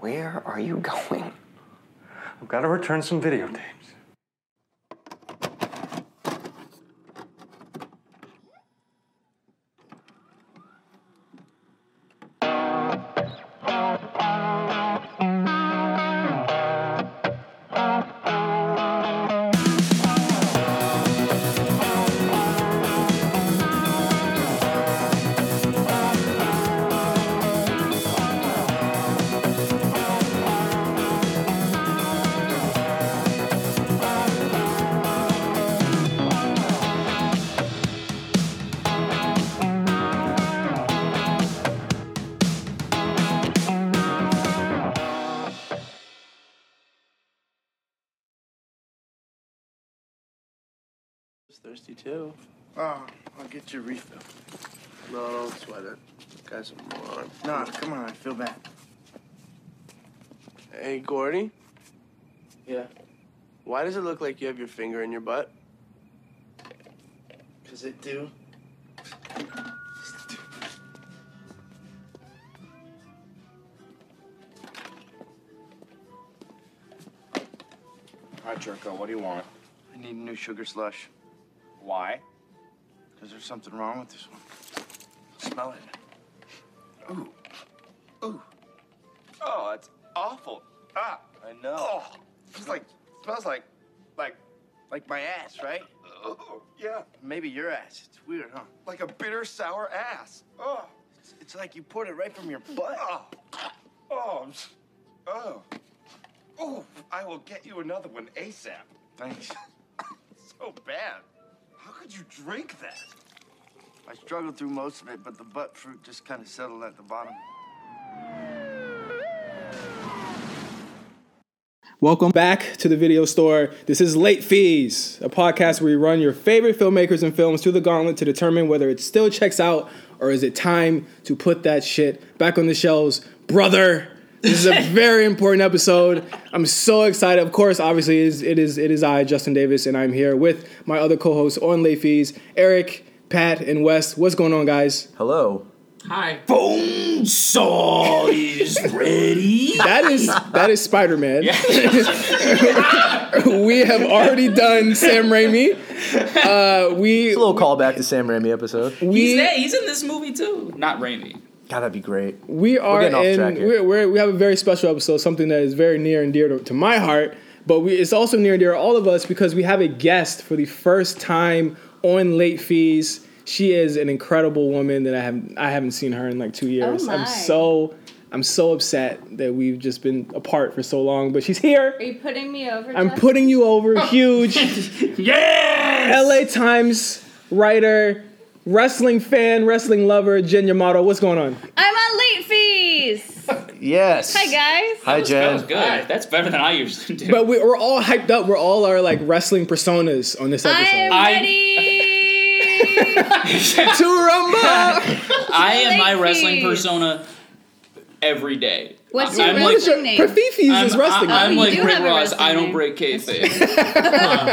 Where are you going? I've got to return some videotapes. thirsty too. Oh, I'll get you a refill. No, don't sweat it. Guy's a moron. No, come on, I feel bad. Hey, Gordy, Yeah, why does it look like you have your finger in your butt? cause it do. All right, Jerko, what do you want? I need a new sugar slush. Why? Cause there's something wrong with this one. Smell it. Ooh, ooh. Oh, that's awful. Ah, I know. Oh, it's like smells like, like, like my ass, right? Oh, yeah, Maybe your ass. It's weird, huh? like a bitter, sour ass. Oh, It's, it's like you poured it right from your butt. oh, oh, I'm s- oh, oh! I will get you another one ASAP. Thanks. So bad. How could you drink that? I struggled through most of it, but the butt fruit just kind of settled at the bottom. Welcome back to the video store. This is Late Fees, a podcast where we run your favorite filmmakers and films through the gauntlet to determine whether it still checks out or is it time to put that shit back on the shelves. Brother, this is a very important episode. I'm so excited. Of course, obviously, it is, it is, it is I, Justin Davis, and I'm here with my other co hosts on Late Fees, Eric, Pat, and Wes. What's going on, guys? Hello. Hi. That is that is Spider Man. we have already done Sam Raimi. Uh, we A little callback to Sam Raimi episode. we He's, there. He's in this movie too. Not Raimi. God, that'd be great. we are getting off in track here. we're, we're, we have a very special episode, something that is very near and dear to, to my heart, but we, it's also near and dear to all of us because we have a guest for the first time on Late Fees. She is an incredible woman that I have I haven't seen her in like two years. my. I'm so I'm so upset that we've just been apart for so long, but she's here. Are you putting me over? I'm Jeff? putting you over huge. yes! LA Times writer, wrestling fan, wrestling lover, Jen Yamato. What's going on? I'm on late fees. Yes. Hi guys. Hi, That was Jen. good. That's better than I usually do. But we, we're all hyped up. We're all our like wrestling personas on this I'm episode. I- ready. to rumble! I am my Late wrestling fees. persona every day. What's I'm your like- wrestling name? Perfifis is wrestling. I, am name. like You do Rick have a Ross. wrestling I don't name. break kayfabe.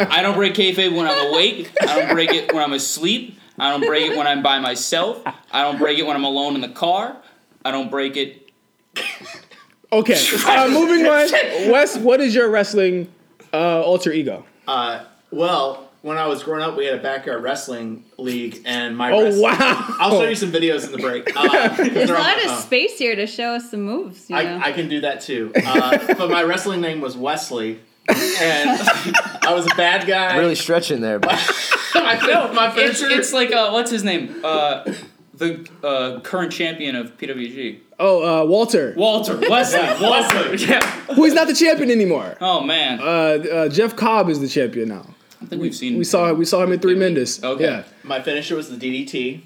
I don't break kayfabe when I'm awake. I don't break it when I'm asleep. I don't break it when I'm by myself. I don't break it when I'm alone in the car. I don't break it. okay, uh, moving on. Wes, what is your wrestling uh, alter ego? Uh, Well, when I was growing up, we had a backyard wrestling league, and my Oh wrestling- wow! I'll show you some videos in the break. Uh, There's a they're on lot my of phone. space here to show us some moves. You know. I, I can do that too. Uh, but my wrestling name was Wesley, and I was a bad guy. Really stretching there, but I know my It's, furniture. it's like uh, what's his name? Uh, the uh, current champion of PWG, Oh, uh, Walter, Walter Wesley. Walter. Wesley. Yeah. who is not the champion anymore. Oh man, Uh, uh, Jeff Cobb is the champion now. I think we've seen. We saw we saw him in Three Mendes. Okay. Yeah. my finisher was the DDT,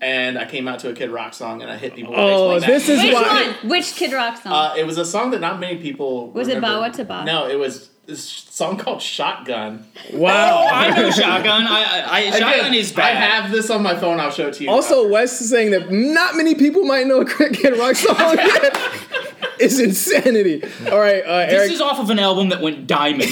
and I came out to a Kid Rock song, and I hit people. With Oh, baseball bats. this is Which why. one? Which Kid Rock song? Uh, it was a song that not many people. Was it remember. Bawa to Ba? No, it was this song called Shotgun. Wow. I know shotgun. I, I, I shotgun Again, is bad. I have this on my phone. I'll show it to you. Also, Wes is saying that not many people might know a Cricket Rock song. It's insanity. All right, uh, this Eric. is off of an album that went diamond.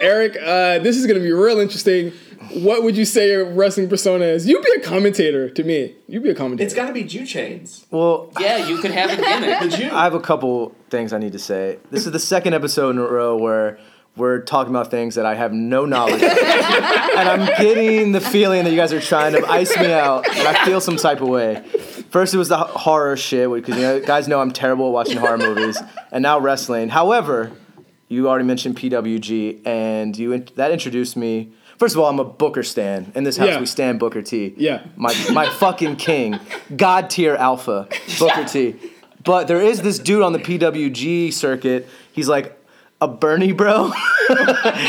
Eric, uh, this is going to be real interesting. what would you say your wrestling persona is? You'd be a commentator to me. You'd be a commentator. It's got to be Jew chains. Well, Yeah, you could have a gimmick. The Jew. I have a couple things I need to say. This is the second episode in a row where we're talking about things that I have no knowledge of. and I'm getting the feeling that you guys are trying to ice me out, and I feel some type of way. First, it was the h- horror shit, because you know, guys know I'm terrible at watching horror movies, and now wrestling. However, you already mentioned PWG, and you in- that introduced me. First of all, I'm a Booker stan. In this house, Yeah. we stand Booker T. Yeah. my my fucking king, god tier alpha, Booker T. But there is this dude on the PWG circuit. He's like a Bernie bro.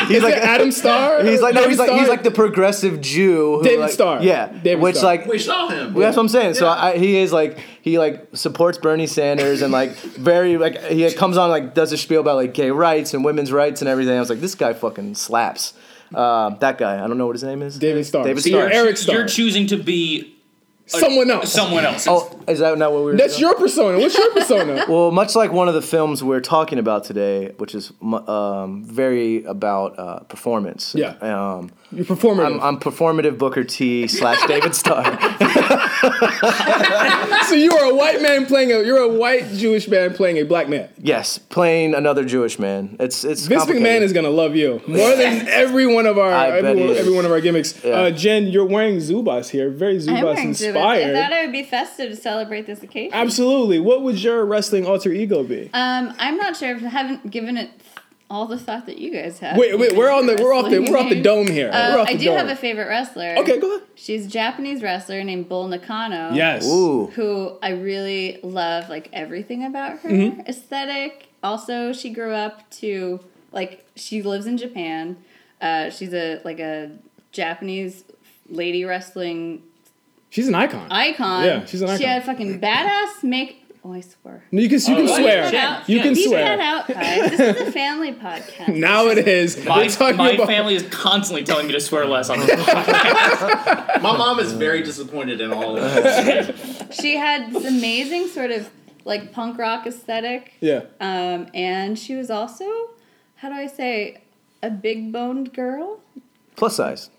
he's like Adam Starr. He's like no. David He's like he's Starr? like the progressive Jew. Who David like, Starr. Yeah. David which Starr. like we saw him. well, That's what I'm saying. So I, he is like he like supports Bernie Sanders and like very like he comes on like does a spiel about like gay rights and women's rights and everything. I was like, this guy fucking slaps. Uh, that guy, I don't know what his name is. David Starr. David So Starr. you're Eric Starr. You're choosing to be someone else. someone else. Oh, is that not what we were? That's doing? your persona. What's your persona? Well, much like one of the films we're talking about today, which is mu- um, very about uh, performance. Yeah. Um, Your performer. I'm, I'm performative Booker T slash David Starr. so you are a white man playing a. You're a white Jewish man playing a black man. yes, playing another Jewish man. It's it's. Vince McMahon complicated. is gonna love you more than every one of our I bet every, he one- is. every one of our gimmicks. Yeah. Uh, Jen, you're wearing Zubas here, very I'm Zubas wearing inspired. Zubas. I thought it would be festive to celebrate this occasion. Absolutely. What would your wrestling alter ego be? Um, I'm not sure if I haven't given it all the thought that you guys have. Wait, wait, we're on the we're off the we're off the dome here. Uh, we're off I the do dome. have a favorite wrestler. okay, go ahead. She's a Japanese wrestler named Bull Nakano. Yes. Ooh. Who I really love, like everything about her Mm-hmm. aesthetic. Also, she grew up to like she lives in Japan. Uh, she's a like a Japanese lady wrestling She's an icon. icon. Yeah, she's an She icon. had fucking badass make. Oh, I swear. No, you can you can Oh, swear. shit. You can Beep swear. that out, guys. This is a family podcast. Now it is. my We're talking my about family is constantly telling me to swear less on this podcast. My mom is very disappointed in all of us. She had this amazing sort of like punk rock aesthetic. yeah. Um, and she was also, how do I say, a big boned girl? Plus size.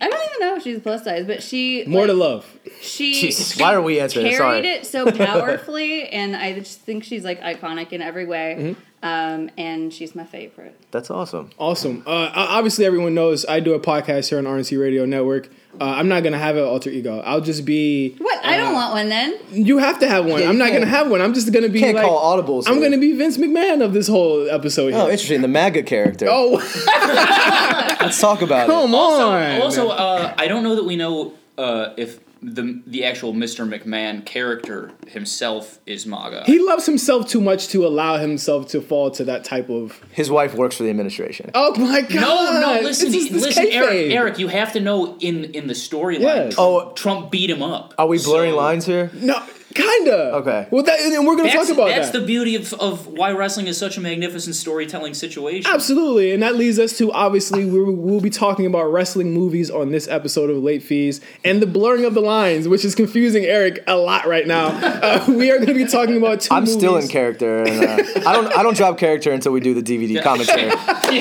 I don't even know if she's plus size, but she More like, to love. She Jesus, why are we answering? carried Sorry. it so powerfully, and I just think she's like iconic in every Mm-hmm. way. Um, and she's my favorite. That's awesome. Awesome. Uh, o- obviously, everyone knows I do a podcast here on RNC Radio Network. Uh, I'm not gonna have an alter ego. I'll just be. uh, What? I don't Uh, want one then. You have to have one. Yeah, I'm you not gonna can't- have one. I'm just gonna be Can't like. call audibles. I'm here. gonna be Vince McMahon of this whole episode Oh, here. interesting. The MAGA character. Oh, let's talk about it. come on. Also, uh, I don't know that we know uh, if the the actual Mr. McMahon character himself is MAGA. he loves himself too much to allow himself to fall to that type of. His wife works for the administration. Oh my god! no, no, listen, This is- this listen, kayfabe. Eric, Eric, you have to know in in the storyline. Yes. Oh. Trump beat him up. Are we blurring So- lines here? No, kinda. Okay. Well, that, and we're gonna That's, talk about that's that. the beauty of, of why wrestling is such a magnificent storytelling situation. Absolutely, and that leads us to obviously we will be talking about wrestling movies on this episode of Late Fees and the blurring of the lines, which is confusing Eric a lot right now. Uh, we are going to be talking about two. I'm still in movies. character. And, uh, I don't. I don't drop character until we do the DVD commentary.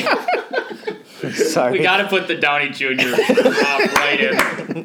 Sorry. We gotta put the Downey Jr. off right in.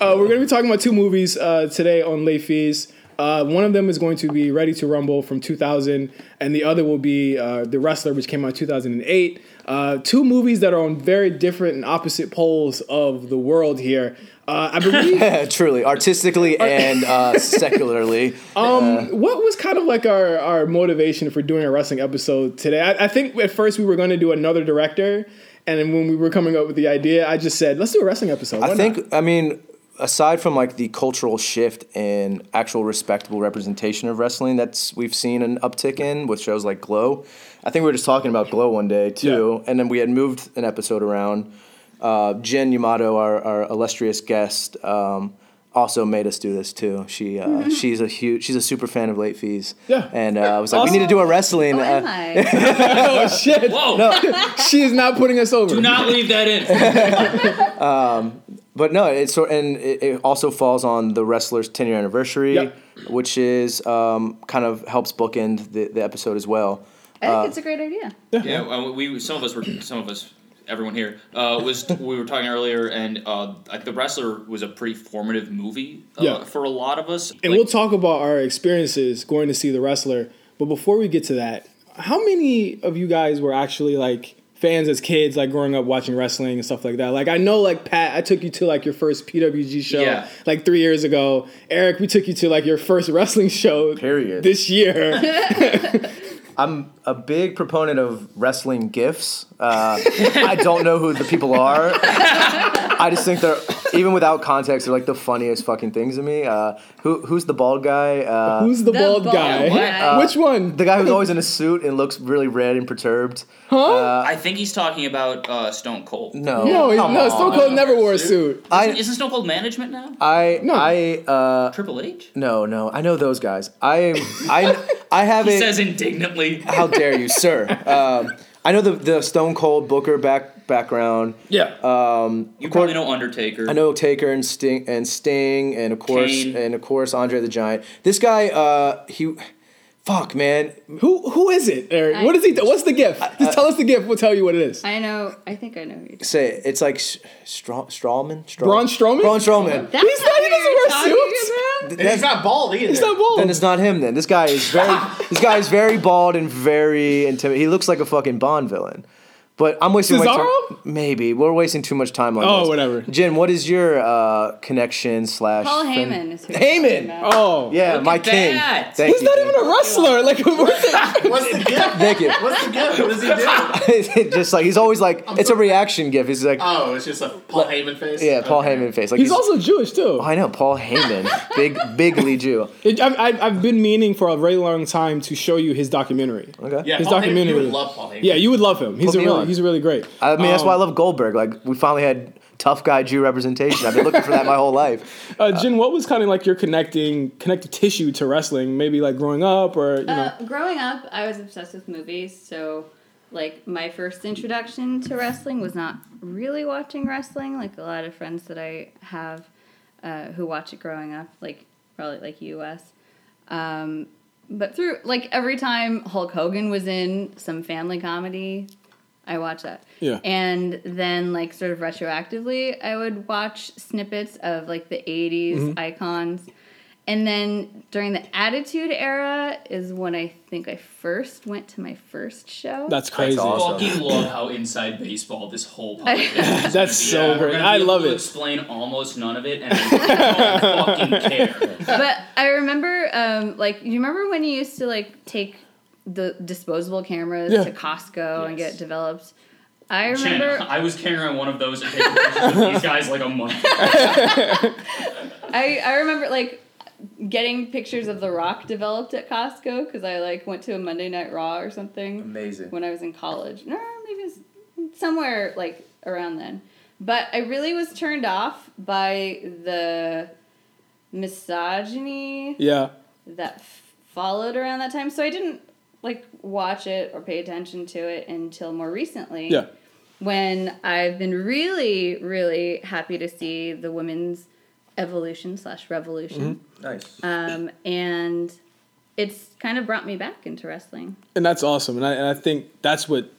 Uh, we're going to be talking about two movies uh, today on Late Fees. Uh, one of them is going to be Ready to Rumble from 2000, and the other will be uh, The Wrestler, which came out in 2008. Uh, two movies that are on very different and opposite poles of the world here. Uh, I believe Yeah, truly, artistically and uh, secularly. Um, What was kind of like our, our motivation for doing a wrestling episode today? I, I think at first we were going to do another director, and then when we were coming up with the idea, I just said, let's do a wrestling episode. Why I not?" think. I mean, aside from like the cultural shift in actual respectable representation of wrestling that's we've seen an uptick in with shows like Glow. I think we were just talking about Glow one day too, and then we had moved an episode around. Uh, Jen Yamato, our, our illustrious guest, um, also made us do this too. She uh, she's a huge she's a super fan of late fees. Yeah. and uh, I was like, we need to do a wrestling. uh, Oh, am I? oh shit, Whoa! she is not putting us over. Do not leave that in. Um, But no, it's sort and it, it also falls on the wrestler's ten year anniversary, Yep. which is um, kind of helps bookend the, the episode as well. I think it's a great idea. yeah, well, we some of us were some of us everyone here uh, was we were talking earlier, and uh, like the wrestler was a pretty formative movie uh, Yeah. for a lot of us. And Like, we'll talk about our experiences going to see the wrestler. But before we get to that, how many of you guys were actually like fans as kids, like growing up watching wrestling and stuff like that? Like I know, like Pat, I took you to like your first PWG show Yeah. like three years ago. Eric, we took you to like your first wrestling show Period. this year. I'm a big proponent of wrestling gifs. Uh, I don't know who the people are. I just think they're even without context, they're like the funniest fucking things to me. Uh, who who's the bald guy? Uh, Who's the, The bald, bald guy? guy. Which one? the guy who's always in a suit and looks really red and perturbed. Uh, I think he's talking about uh, Stone Cold. No, no, he- come no, on. Stone Cold never wore a suit. I Isn't Stone Cold management now? I I uh, Triple H. no no. I know those guys. I am I I have He a says indignantly. how dare you, sir. Um, I know the the Stone Cold Booker back background. Yeah. You course- probably know Undertaker. I know Taker and Sting and Sting and of course Kane. and of course Andre the Giant. This guy, uh, he, fuck man, who who is it, Eric? I- what is he? What's the gift? Just tell us the gift. We'll tell you what it is. I know. I think I know who you're talking say it. it's like S- Straw, Strawman, Straw, Braun Strowman? Braun Strowman. about. He's not- he doesn't wear That's not who you're suits. talking about? And he's not bald either. He's not bald. Then it's not him. Then this guy is very this guy is very bald and very intimidating. He looks like a fucking Bond villain. But I'm wasting way Cesaro? too, maybe we're wasting too much time on Oh, this. whatever. Jen, what is your uh, connection slash? Paul friend- Heyman is who you're Heyman! talking about. Oh, Yeah, my at king. that. Thank He's you, not Jen. even a wrestler. Like, what's the- What's the gift? Thank you. What's the gift? What does he do? just like he's always like it's a reaction gif. He's like, Oh, it's just a Paul Heyman face. yeah, Paul Okay. Heyman face. Like Oh, he's also Jewish too. I know Paul Heyman, big bigly Jew. It- I've, I've, I've been meaning for a very long time to show you his documentary. Okay. Yeah, His Paul Heyman, you documentary. would love Paul Heyman. Yeah, you would love him. He's Put a me really, on. he's really great. I mean, that's why I Um, love Goldberg. Like we finally had tough guy Jew representation. I've been looking for that my whole life. Uh, Jin, what was kind of like your connecting connective tissue to wrestling? Maybe like growing up, or you know, Uh, growing up, I was obsessed with movies, so like my first introduction to wrestling was not really watching wrestling. Like a lot of friends that I have uh, who watch it growing up, like probably like you, Wes. Um, but through like every time Hulk Hogan was in some family comedy, I watched that. Yeah. And then like sort of retroactively, I would watch snippets of like the '80s icons. And then during the Attitude Era is when I think I first went to my first show. that's crazy. That's, awesome. Fucking love how inside baseball this whole podcast. so great. I love it. Explain almost none of it, and I don't fucking care. but I remember, um, like, you remember when you used to like take the disposable cameras Yeah. to Costco and Yes. get developed. I Jen, remember I was carrying one of those and taking pictures of these guys like a month. ago. I, I remember like getting pictures of The Rock developed at Costco because I like went to a Monday Night Raw or something. Amazing. When I was in college, no, maybe it was somewhere like around then. But I really was turned off by the misogyny Yeah, that f- followed around that time. So I didn't like watch it or pay attention to it until more recently yeah. when I've been really, really happy to see the women's evolution slash revolution. Mm-hmm. Nice. Um, and it's kind of brought me back into wrestling. and that's awesome and I, and I think that's what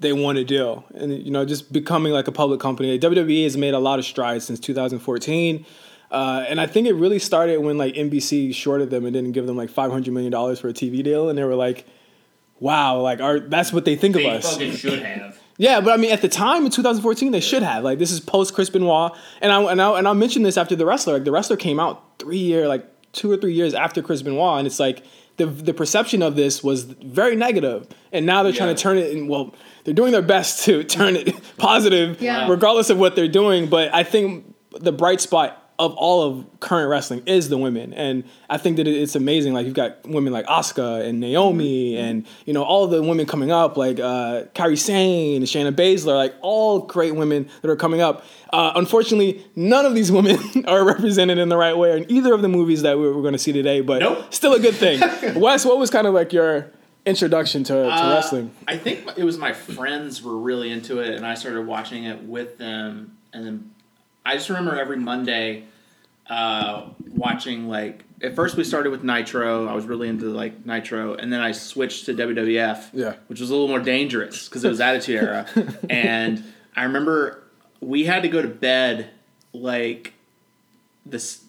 they want to do and you know just becoming like a public company wwe has made a lot of strides since 2014 uh, and i think it really started when like nbc shorted them and didn't give them like $500 million for a tv deal and they were like wow like our, that's what they think of They us fucking should have. yeah, but I mean, at the time in 2014, they should have. Like, this is post Chris Benoit, and I and I and I mentioned this after the wrestler. Like, the wrestler came out three year, like two or three years after Chris Benoit, and it's like the the perception of this was very negative, and now they're trying to turn it. And well, they're doing their best to turn it positive, Yeah. regardless of what they're doing. But I think the bright spot of all of current wrestling is the women, and I think that it- it's amazing. Like you've got women like Asuka and Naomi, Mm-hmm. and you know all the women coming up, like uh, Kairi Sane and Shayna Baszler, like all great women that are coming up. Uh, unfortunately, none of these women are represented in the right way in either of the movies that we we're going to see today. But Nope. still a good thing. Wes, what was kind of like your introduction to, to Uh, wrestling? I think my- it was my friends were really into it, and I started watching it with them. And then I just remember every Monday uh, watching like at first we started with Nitro. I was really into like Nitro, and then I switched to WWF, Yeah. which was a little more dangerous because it was Attitude Era, and I remember we had to go to bed like this.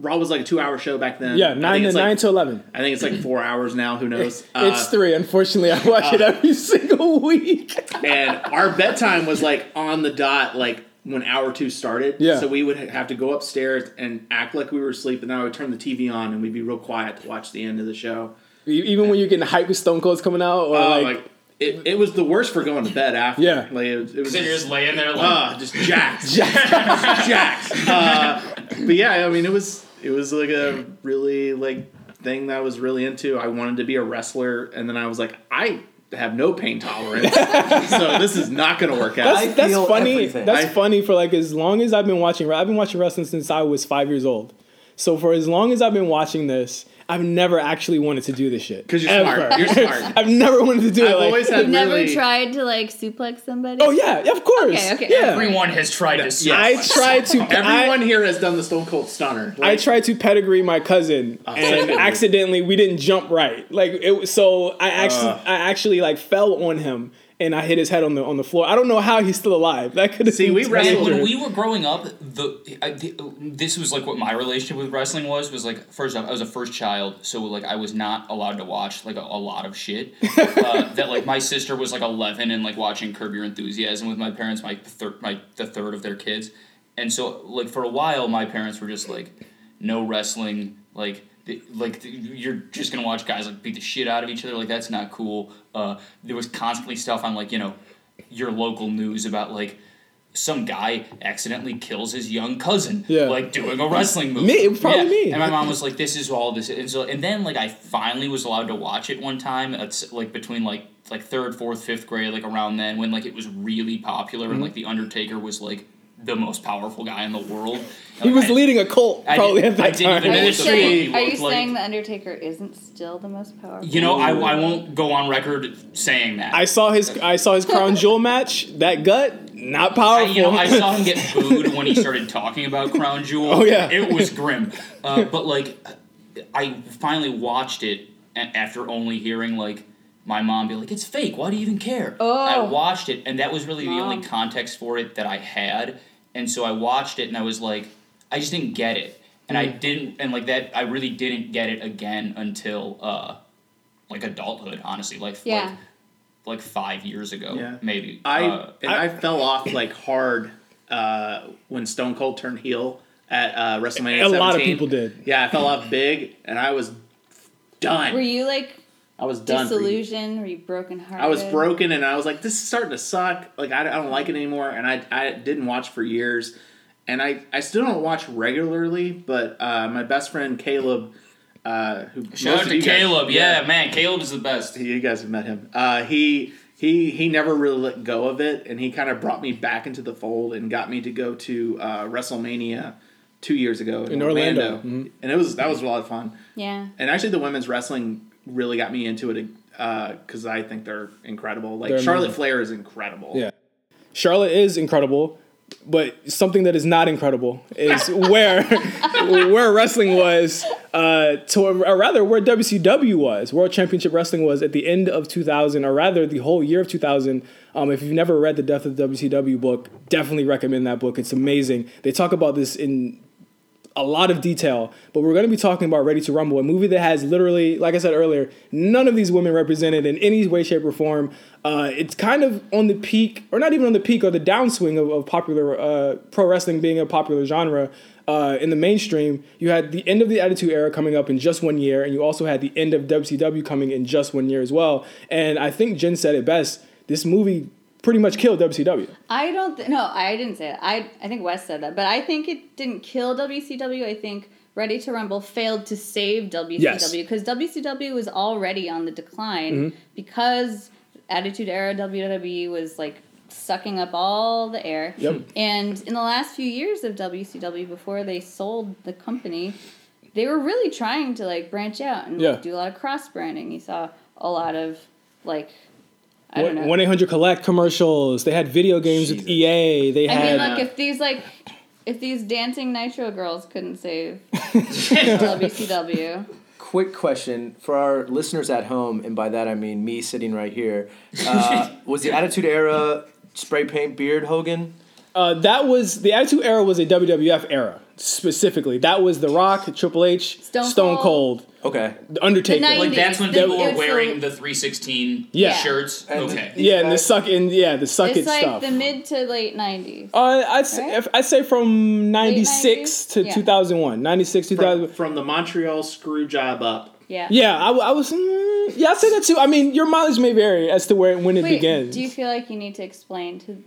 Raw was like a two-hour show back then. I Yeah, think nine to it's like- uh, nine to eleven. I think it's like four hours now. Who knows? it's three. Unfortunately, I watch uh, it every single week. and our bedtime was like on the dot, like when hour two started. Yeah. So we would ha- have to go upstairs and act like we were asleep, and then I would turn the TV on and we'd be real quiet to watch the end of the show. E- Even when you're getting hyped with Stone Cold's coming out, or Oh, like, like, it, it was the worst for going to bed after. Yeah. Like it was, it was Then you're just, just laying there like, uh, just jacked, Jack- jacked. Uh, but yeah, I mean, it was it was like a really like thing that I was really into. I wanted to be a wrestler, and then I was like, I have no pain tolerance, so this is not going to work out. I that's feel funny. everything. That's I- funny for like as long as I've been watching. I've been watching wrestling since I was five years old. So for as long as I've been watching this, I've never actually wanted to do this shit. 'Cause you're Ever. smart. You're smart. I've never wanted to do it. I've like- always had You've never really- tried to like suplex somebody? Oh yeah, yeah, of course. Okay, okay. Yeah. everyone has tried to sue I us." tried to. I- Everyone here has done the Stone Cold Stunner. I Like, Oh, tried to pedigree my cousin, and second. accidentally we didn't jump right. Like it, was- so I Uh. actually, I actually like fell on him, and I hit his head on the on the floor. I don't know how he's still alive. That could See, we Man, wrestled- when we were growing up, the, I, the this was like what my relationship with wrestling was. Was like first off, I was a first child, so like I was not allowed to watch like a, a lot of shit. uh, that like my sister was like eleven and like watching Curb Your Enthusiasm with my parents, my third, my the third of their kids, and so like for a while, my parents were just like, no wrestling, like. th- Like th- you're just gonna watch guys like beat the shit out of each other. Like that's not cool. Uh, there was constantly stuff on like you know your local news about like some guy accidentally kills his young cousin, Yeah. like doing a wrestling move. Me, it was probably me. And my mom was like, "This is all this," and so and then like I finally was allowed to watch it one time. That's like between like like third, fourth, fifth grade, like around then when like it was really popular Mm-hmm. and like the Undertaker was like the most powerful guy in the world. He was I- leading a cult I probably didn't- at that I didn't time. even Are know you what the fuck he saying, are you looked like. saying the Undertaker isn't still the most powerful? You know, I, I won't go on record saying that. I saw his I saw his crown jewel match. That gut, not powerful. I, you know, I saw him get booed when he started talking about Crown Jewel. Oh, yeah. it was grim. Uh, but like, I finally watched it a- after only hearing like my mom be like, "It's fake. Why do you even care?" Oh. I watched it, and that was really the Mom. only context for it that I had. And so I watched it, and I was like, I just didn't get it, and I Mm. didn't, and like that, I really didn't get it again until uh, like adulthood. Honestly, like Yeah. like, like five years ago, Yeah. maybe. I uh, and I, fell off like hard uh, when Stone Cold turned heel at uh, WrestleMania. A lot 17. of people did. Yeah, I fell off big, and I was done. Were you like I was done. disillusioned? Were you broken hearted? I was broken, and I was like, "This is starting to suck. Like, I, I don't like it anymore." And I, I didn't watch for years, and I, I still don't watch regularly. But uh, my best friend Caleb, uh, who Shout most out of to you guys- Caleb. yeah. man, Caleb is the best. you guys have met him. Uh, he he he never really let go of it, and he kind of brought me back into the fold and got me to go to uh, WrestleMania two years ago in, In Orlando. Mm-hmm. and it was that was a lot of fun. Yeah. And actually, the women's wrestling really got me into it because I think they're incredible. Like They're Charlotte amazing. Flair is incredible. Yeah. Charlotte is incredible, but something that is not incredible is where where wrestling was, uh, to, or rather where WCW was, World Championship Wrestling was at the end of 2000, or rather the whole year of 2000. Um, if you've never read the Death of the WCW book, definitely recommend that book. It's amazing. They talk about this in a lot of detail, but we're going to be talking about Ready to Rumble, a movie that has literally, like I said earlier, none of these women represented in any way, shape, or form. Uh, it's kind of on the peak, or not even on the peak, or the downswing of, of popular uh, pro wrestling being a popular genre uh, in the mainstream. You had the end of the Attitude Era coming up in just one year, and you also had the end of WCW coming in just one year as well. And I think Jen said it best this movie pretty much killed WCW. I don't. Th- no, I didn't say that. I I think Wes said that, but I think it didn't kill WCW. I think Ready to Rumble failed to save WCW Yes. Mm-hmm. because WCW was already on the decline because Attitude Era WWE was like sucking up all the air. Yep. And in the last few years of WCW, before they sold the company, they were really trying to like branch out and Yeah. do a lot of cross branding. You saw a lot of like. I don't know. 1 800 Collect commercials. They had video games with EA. They I had. mean, like if these like if these dancing nitro girls couldn't save WCW, Quick question for our listeners at home, and by that I mean me sitting right here. Uh, was the Attitude Era spray paint beard Hogan? Uh, that was the Attitude Era was a WWF era specifically. That was The Rock, Triple H, Stone, Stone Cold, Cold. Okay. The Undertaker. The Like that's when people It's were the- wearing the 316 Yeah. shirts. And- okay. yeah, and the suck and yeah, the suck It's it like stuff. the mid to late '90s. uh, I'd say Right? if- I'd say from ninety six 90s? to Yeah. two thousand one. Ninety six two thousand. From, from the Montreal screw job up. Yeah. Yeah, I, w- I was. mm, yeah, I say that too. I mean, your mileage may vary as to where when it Wait, begins. do you feel like you need to explain to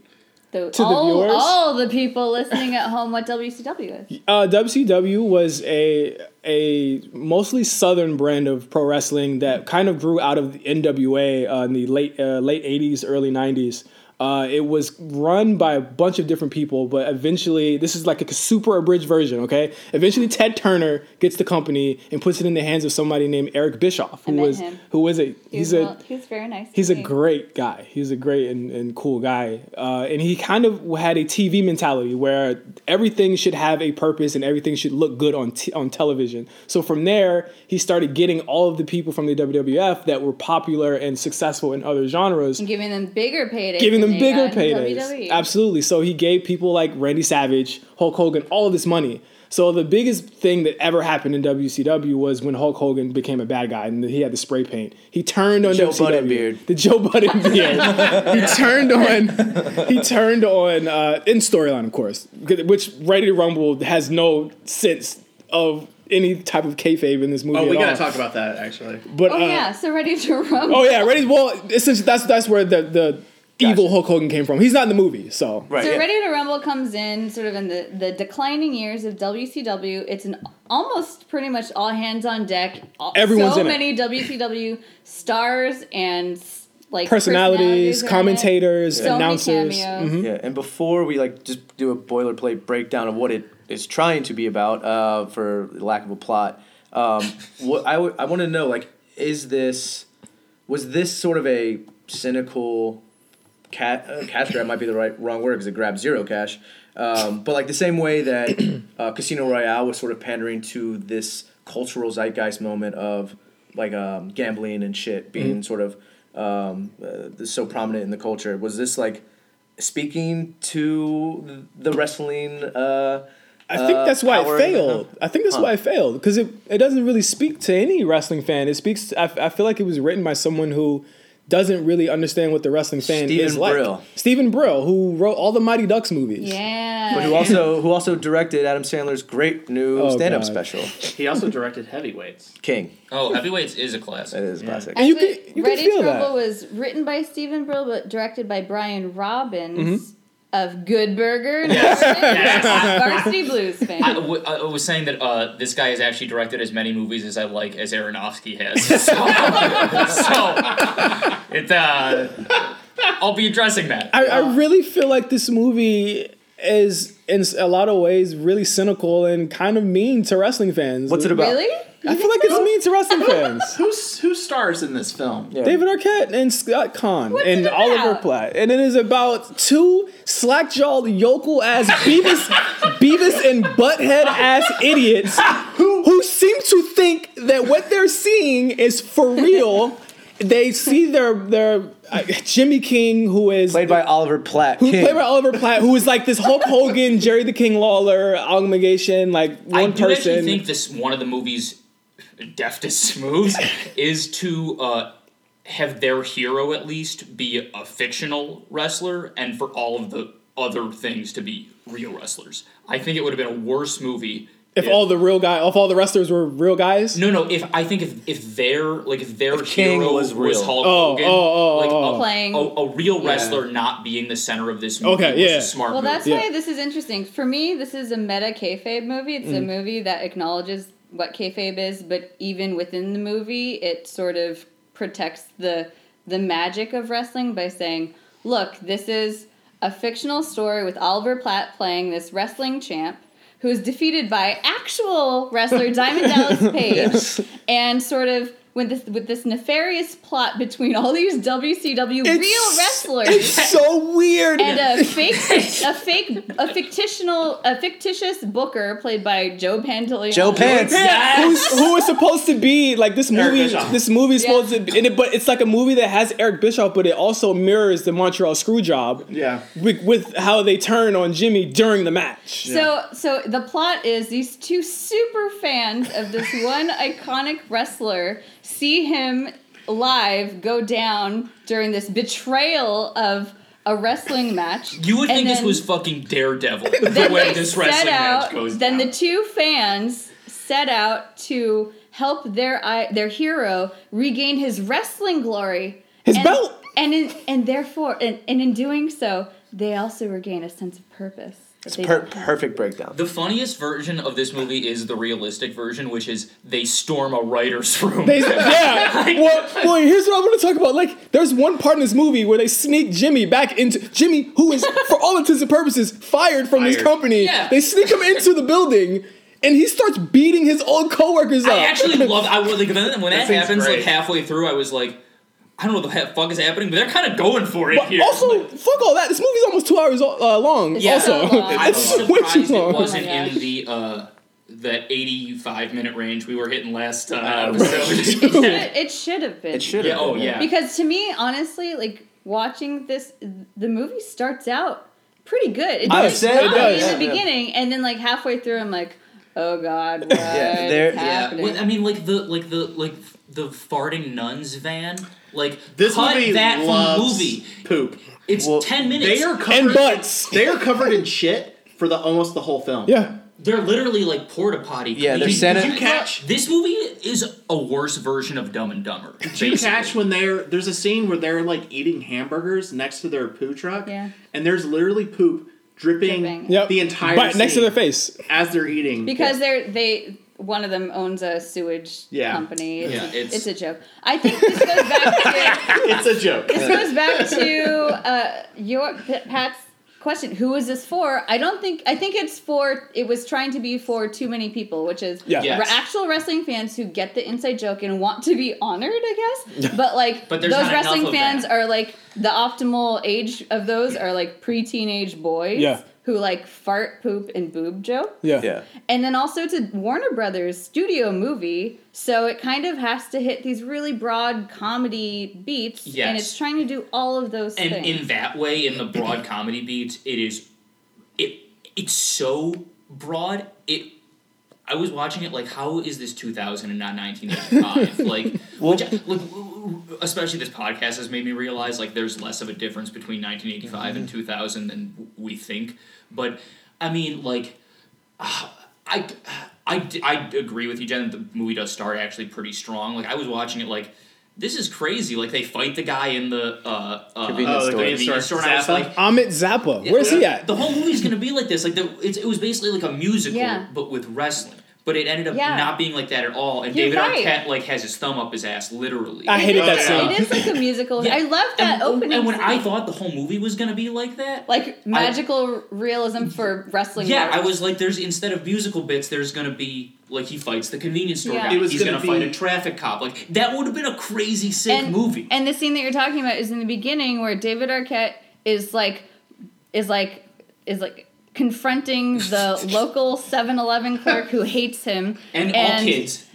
the, To the all, viewers? all the people listening at home what WCW is? uh, WCW was a a mostly Southern brand of pro wrestling that kind of grew out of the NWA uh, in the late uh, late eighties, early nineties. Uh, it was run by a bunch of different people, but eventually, this is like a super abridged version. Okay, eventually Ted Turner gets the company and puts it in the hands of somebody named Eric Bischoff, who met was him. who was a He he's was a well- he was very nice. to He's a me. great guy. He's a great and, and cool guy. Uh, and he kind of had a TV mentality where everything should have a purpose and everything should look good on t- on television. So from there, he started getting all of the people from the WWF that were popular and successful in other genres And giving them bigger paydays. giving than them they bigger got E. in paydays. WWE. Absolutely. So he gave people like Randy Savage, Hulk Hogan, all of this money. So the biggest thing that ever happened in WCW was when Hulk Hogan became a bad guy and he had the spray paint. He turned on Joe WCW. Budden beard. The Joe Budden beard. he turned on. He turned on uh, in storyline, of course, which Ready to Rumble has no sense of any type of kayfabe in this movie. Oh, we at gotta all. talk about that actually. But, Oh uh, yeah, so ready to rumble. Oh yeah, Ready. Well, essentially, that's that's where the the evil Hulk Hogan came from. He's not in the movie, so Right. So yeah. Ready to Rumble comes in sort of in the, the declining years of WCW. It's an almost pretty much all hands on deck. All, Everyone's so in it. many WCW stars and s- like personalities, personalities are in it. commentators, so announcers. Uh, mm-hmm. Many cameos. Yeah, and before we like just do a boilerplate breakdown of what it is trying to be about, uh, for lack of a plot, um, what I want to know like is this was this sort of a cynical cat uh, cash grab might be the right wrong word because it grabbed zero cash, um, but like the same way that uh, Casino Royale was sort of pandering to this cultural zeitgeist moment of like um, gambling and shit being sort of um, uh, so prominent in the culture. Was this like speaking to the wrestling. Uh, I think uh, that's why it power in the- failed. I think that's why it failed because it, it doesn't really speak to any wrestling fan. It speaks. I, I feel like it was written by someone who doesn't really understand what the wrestling fan Stephen is like. Brill. Stephen Brill, who wrote all the Mighty Ducks movies. Yeah. But who also who also directed Adam Sandler's great new Oh, stand up God. special He also directed Heavyweights. King. Oh, heavyweights is a That classic. is a classic. And you Actually, can- you can Ready feel to that. Rumble was written by Stephen Brill but directed by Brian Mm-hmm. Robbins of Good Burger and Varsity Blues fame. I, w- I was saying that uh, this guy has actually directed as many movies as I like as Aronofsky has. So, so it, uh, I'll be addressing that. I, I really feel like this movie is in a lot of ways really cynical and kind of mean to wrestling fans. What's it about? really? I feel like it's mean to wrestling fans. Who's who stars in this film? Yeah. David Arquette and Scott Kahn What's and it about? Oliver Platt. And it is about two slack-jawed yokel ass Beavis Beavis and butthead ass idiots who, who seem to think that what they're seeing is for real. They see their their uh, Jimmy King who is Played by Oliver Platt. who King. played by Oliver Platt, who is like this Hulk Hogan, Jerry the King Lawler amalgamation, like I one do person. actually think this one of the movie's deftest moves is to uh, have their hero at least be a fictional wrestler, and for all of the other things to be real wrestlers. I think it would have been a worse movie if all the real guy, if all the wrestlers were real guys, No, no. If I think if if their like if their King hero was was, real. Hulk Oh, Hogan, oh, oh, like oh. A, Playing- a, a real wrestler not being the center of this movie Okay, was yeah. a smart Well, move. that's Yeah. why this is interesting. For me, this is a meta kayfabe movie. It's a movie that acknowledges what kayfabe is, but even within the movie, it sort of protects the the magic of wrestling by saying, "Look, this is a fictional story with Oliver Platt playing this wrestling champ." Who is defeated by actual wrestler Diamond Dallas Page, and sort of With this, with this nefarious plot between all these WCW real wrestlers It's so weird. and a fake, a fake, a fictional, a fictitious Booker played by Joe Pantoliano. Joe Pants. Who's, who is supposed to be like this Eric movie? Bischoff. This movie's Yeah. supposed to, be, and it, but it's like a movie that has Eric Bischoff, but it also mirrors the Montreal Screwjob Yeah. with, with how they turn on Jimmy during the match. So, so the plot is these two super fans of this one iconic wrestler see him live go down during this betrayal of a wrestling match. You would And think this then- was fucking Daredevil the then way they this set wrestling out, match goes Then down. the two fans set out to help their i- their hero regain his wrestling glory. His and, belt! And in, and therefore and, and in doing so, they also regain a sense of purpose. that It's they per- don't have. perfect breakdown. The funniest version of this movie is the realistic version, which is they storm a writer's room. They- yeah. Well, well, here's what I want to talk about. Like, there's one part in this movie where they sneak Jimmy back into Jimmy, who is, for all intents and purposes, fired from his Fired. company. Yeah. They sneak him into the building, and he starts beating his old coworkers up. I actually love. I was like when that, when that scene's happens, great. like halfway through, I was like, I don't know what the he- fuck is happening, but they're kind of going for it But here. also, fuck all that. This movie's almost two hours uh, long. It's also, so long. I was it's way too surprised it long. wasn't Oh my in gosh. the uh, the eighty-five minute range we were hitting last uh, episode. It should- it should have been. It should yeah, have. oh been, yeah. Because to me, honestly, like watching this, the movie starts out pretty good. It I does would say it does. in the Yeah. beginning, and then like halfway through, I'm like, oh god, what Yeah, there- is yeah, Yeah, happening? well, Uh, I mean, like the like the like the farting nuns van. Like This cut movie that from loves movie. poop. It's Well, ten minutes. They are covered. And butts. They are covered in shit for the almost the whole film. Yeah. They're literally like porta potty. Yeah, they're Did- Santa- did Did you catch? This movie is a worse version of Dumb and Dumber. Did you catch when they're there's a scene where they're like eating hamburgers next to their poo truck? Yeah. And there's literally poop dripping, Dripping. Yep. the entire But next to scene their face. as they're eating. because they're they one of them owns a sewage Yeah. company. It's, Yeah, it's- it's, a joke. I think this goes back to it's a joke. this goes back to uh, your P- Pat's question. Who is this for? I don't think I think it's for. It was trying to be for too many people, which is Yeah. Yes. actual wrestling fans who get the inside joke and want to be honored. I guess, but like But there's those not enough wrestling of fans that. are like the optimal age of those are like pre-teenage boys Yeah. who like fart, poop, and boob joke. Yeah. Yeah. And then also it's a Warner Brothers studio movie, so it kind of has to hit these really broad comedy beats. And Yes. it's trying to do all of those and things. in that way, in the broad comedy beats, it is, it it's so broad. It, I was watching it like, how is this two thousand and not nineteen eighty five? Like, which, like, especially this podcast has made me realize like there's less of a difference between nineteen and two thousand than we think. But I mean, like. I, I, I agree with you, Jen. The movie does start actually pretty strong. Like I was watching it, like this is crazy. Like they fight the guy in the uh, uh, Convenience uh, store. convenience store, Convenience and I was store. Amit like, Zappa. Where's he at? The whole movie's gonna be like this. Like the, it's, it was basically like a musical, Yeah. but with wrestling. But it ended up Yeah. not being like that at all. And You're David right. Arquette like has his thumb up his ass, literally. I hated that It is- scene. It is like a musical. Yeah. I love that and, opening. And when I scene. thought the whole movie was gonna be like that, like magical realism for wrestling. Yeah, I nerds. was like, there's instead of musical bits, there's gonna be like he fights the convenience store Yeah. guy. It was He's gonna, gonna fight be- a traffic cop. Like that would have been a crazy sick and, movie. And the scene that you're talking about is in the beginning where David Arquette is like is like is like confronting the local 7-Eleven clerk who hates him And all kids.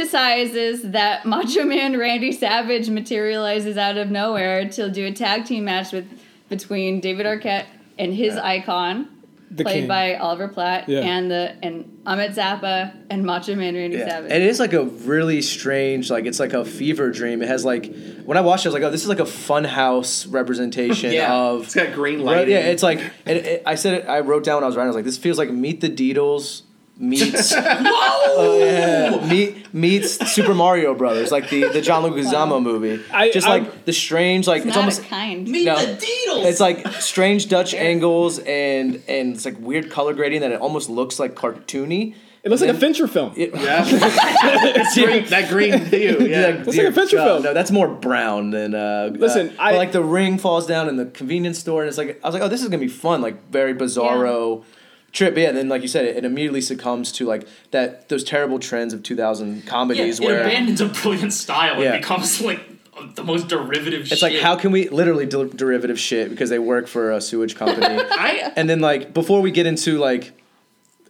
fantasizes that Macho Man Randy Savage materializes out of nowhere to do a tag team match with between David Arquette and his icon The played king. by Oliver Platt Yeah. and the and Amit Zappa and Macho Man Randy Yeah. Savage. And it is like a really strange, like it's like a fever dream. It has like when I watched it, I was like, oh, this is like a funhouse representation Yeah. of It's got green Right, lighting. yeah, it's like and it, I said it, I wrote down when I was writing. I was like, this feels like Meet the Deedles meets Oh, Whoa! yeah, meet, meets Super Mario Brothers, like the the John Leguizamo movie. I- Just I'm- like the strange, like it's it's, not almost a kind. Meet No. the Deedles. it's like strange Dutch angles and and it's like weird color grading that it almost looks like cartoony. It looks like a Fincher film. Green- that green view. Yeah. Like, That's like a dear picture God, film. No, that's more brown than. Uh, Listen, uh, I- but, like the ring falls down in the convenience store, and it's like I was like, oh, this is gonna be fun, like very bizarro trip. But yeah, and then like you said, it, it immediately succumbs to like that those terrible trends of 2000 comedies it where abandons a brilliant style Yeah. and becomes like the most derivative shit. it's like how can we literally del- derivative shit because they work for a sewage company. I and then like before we get into like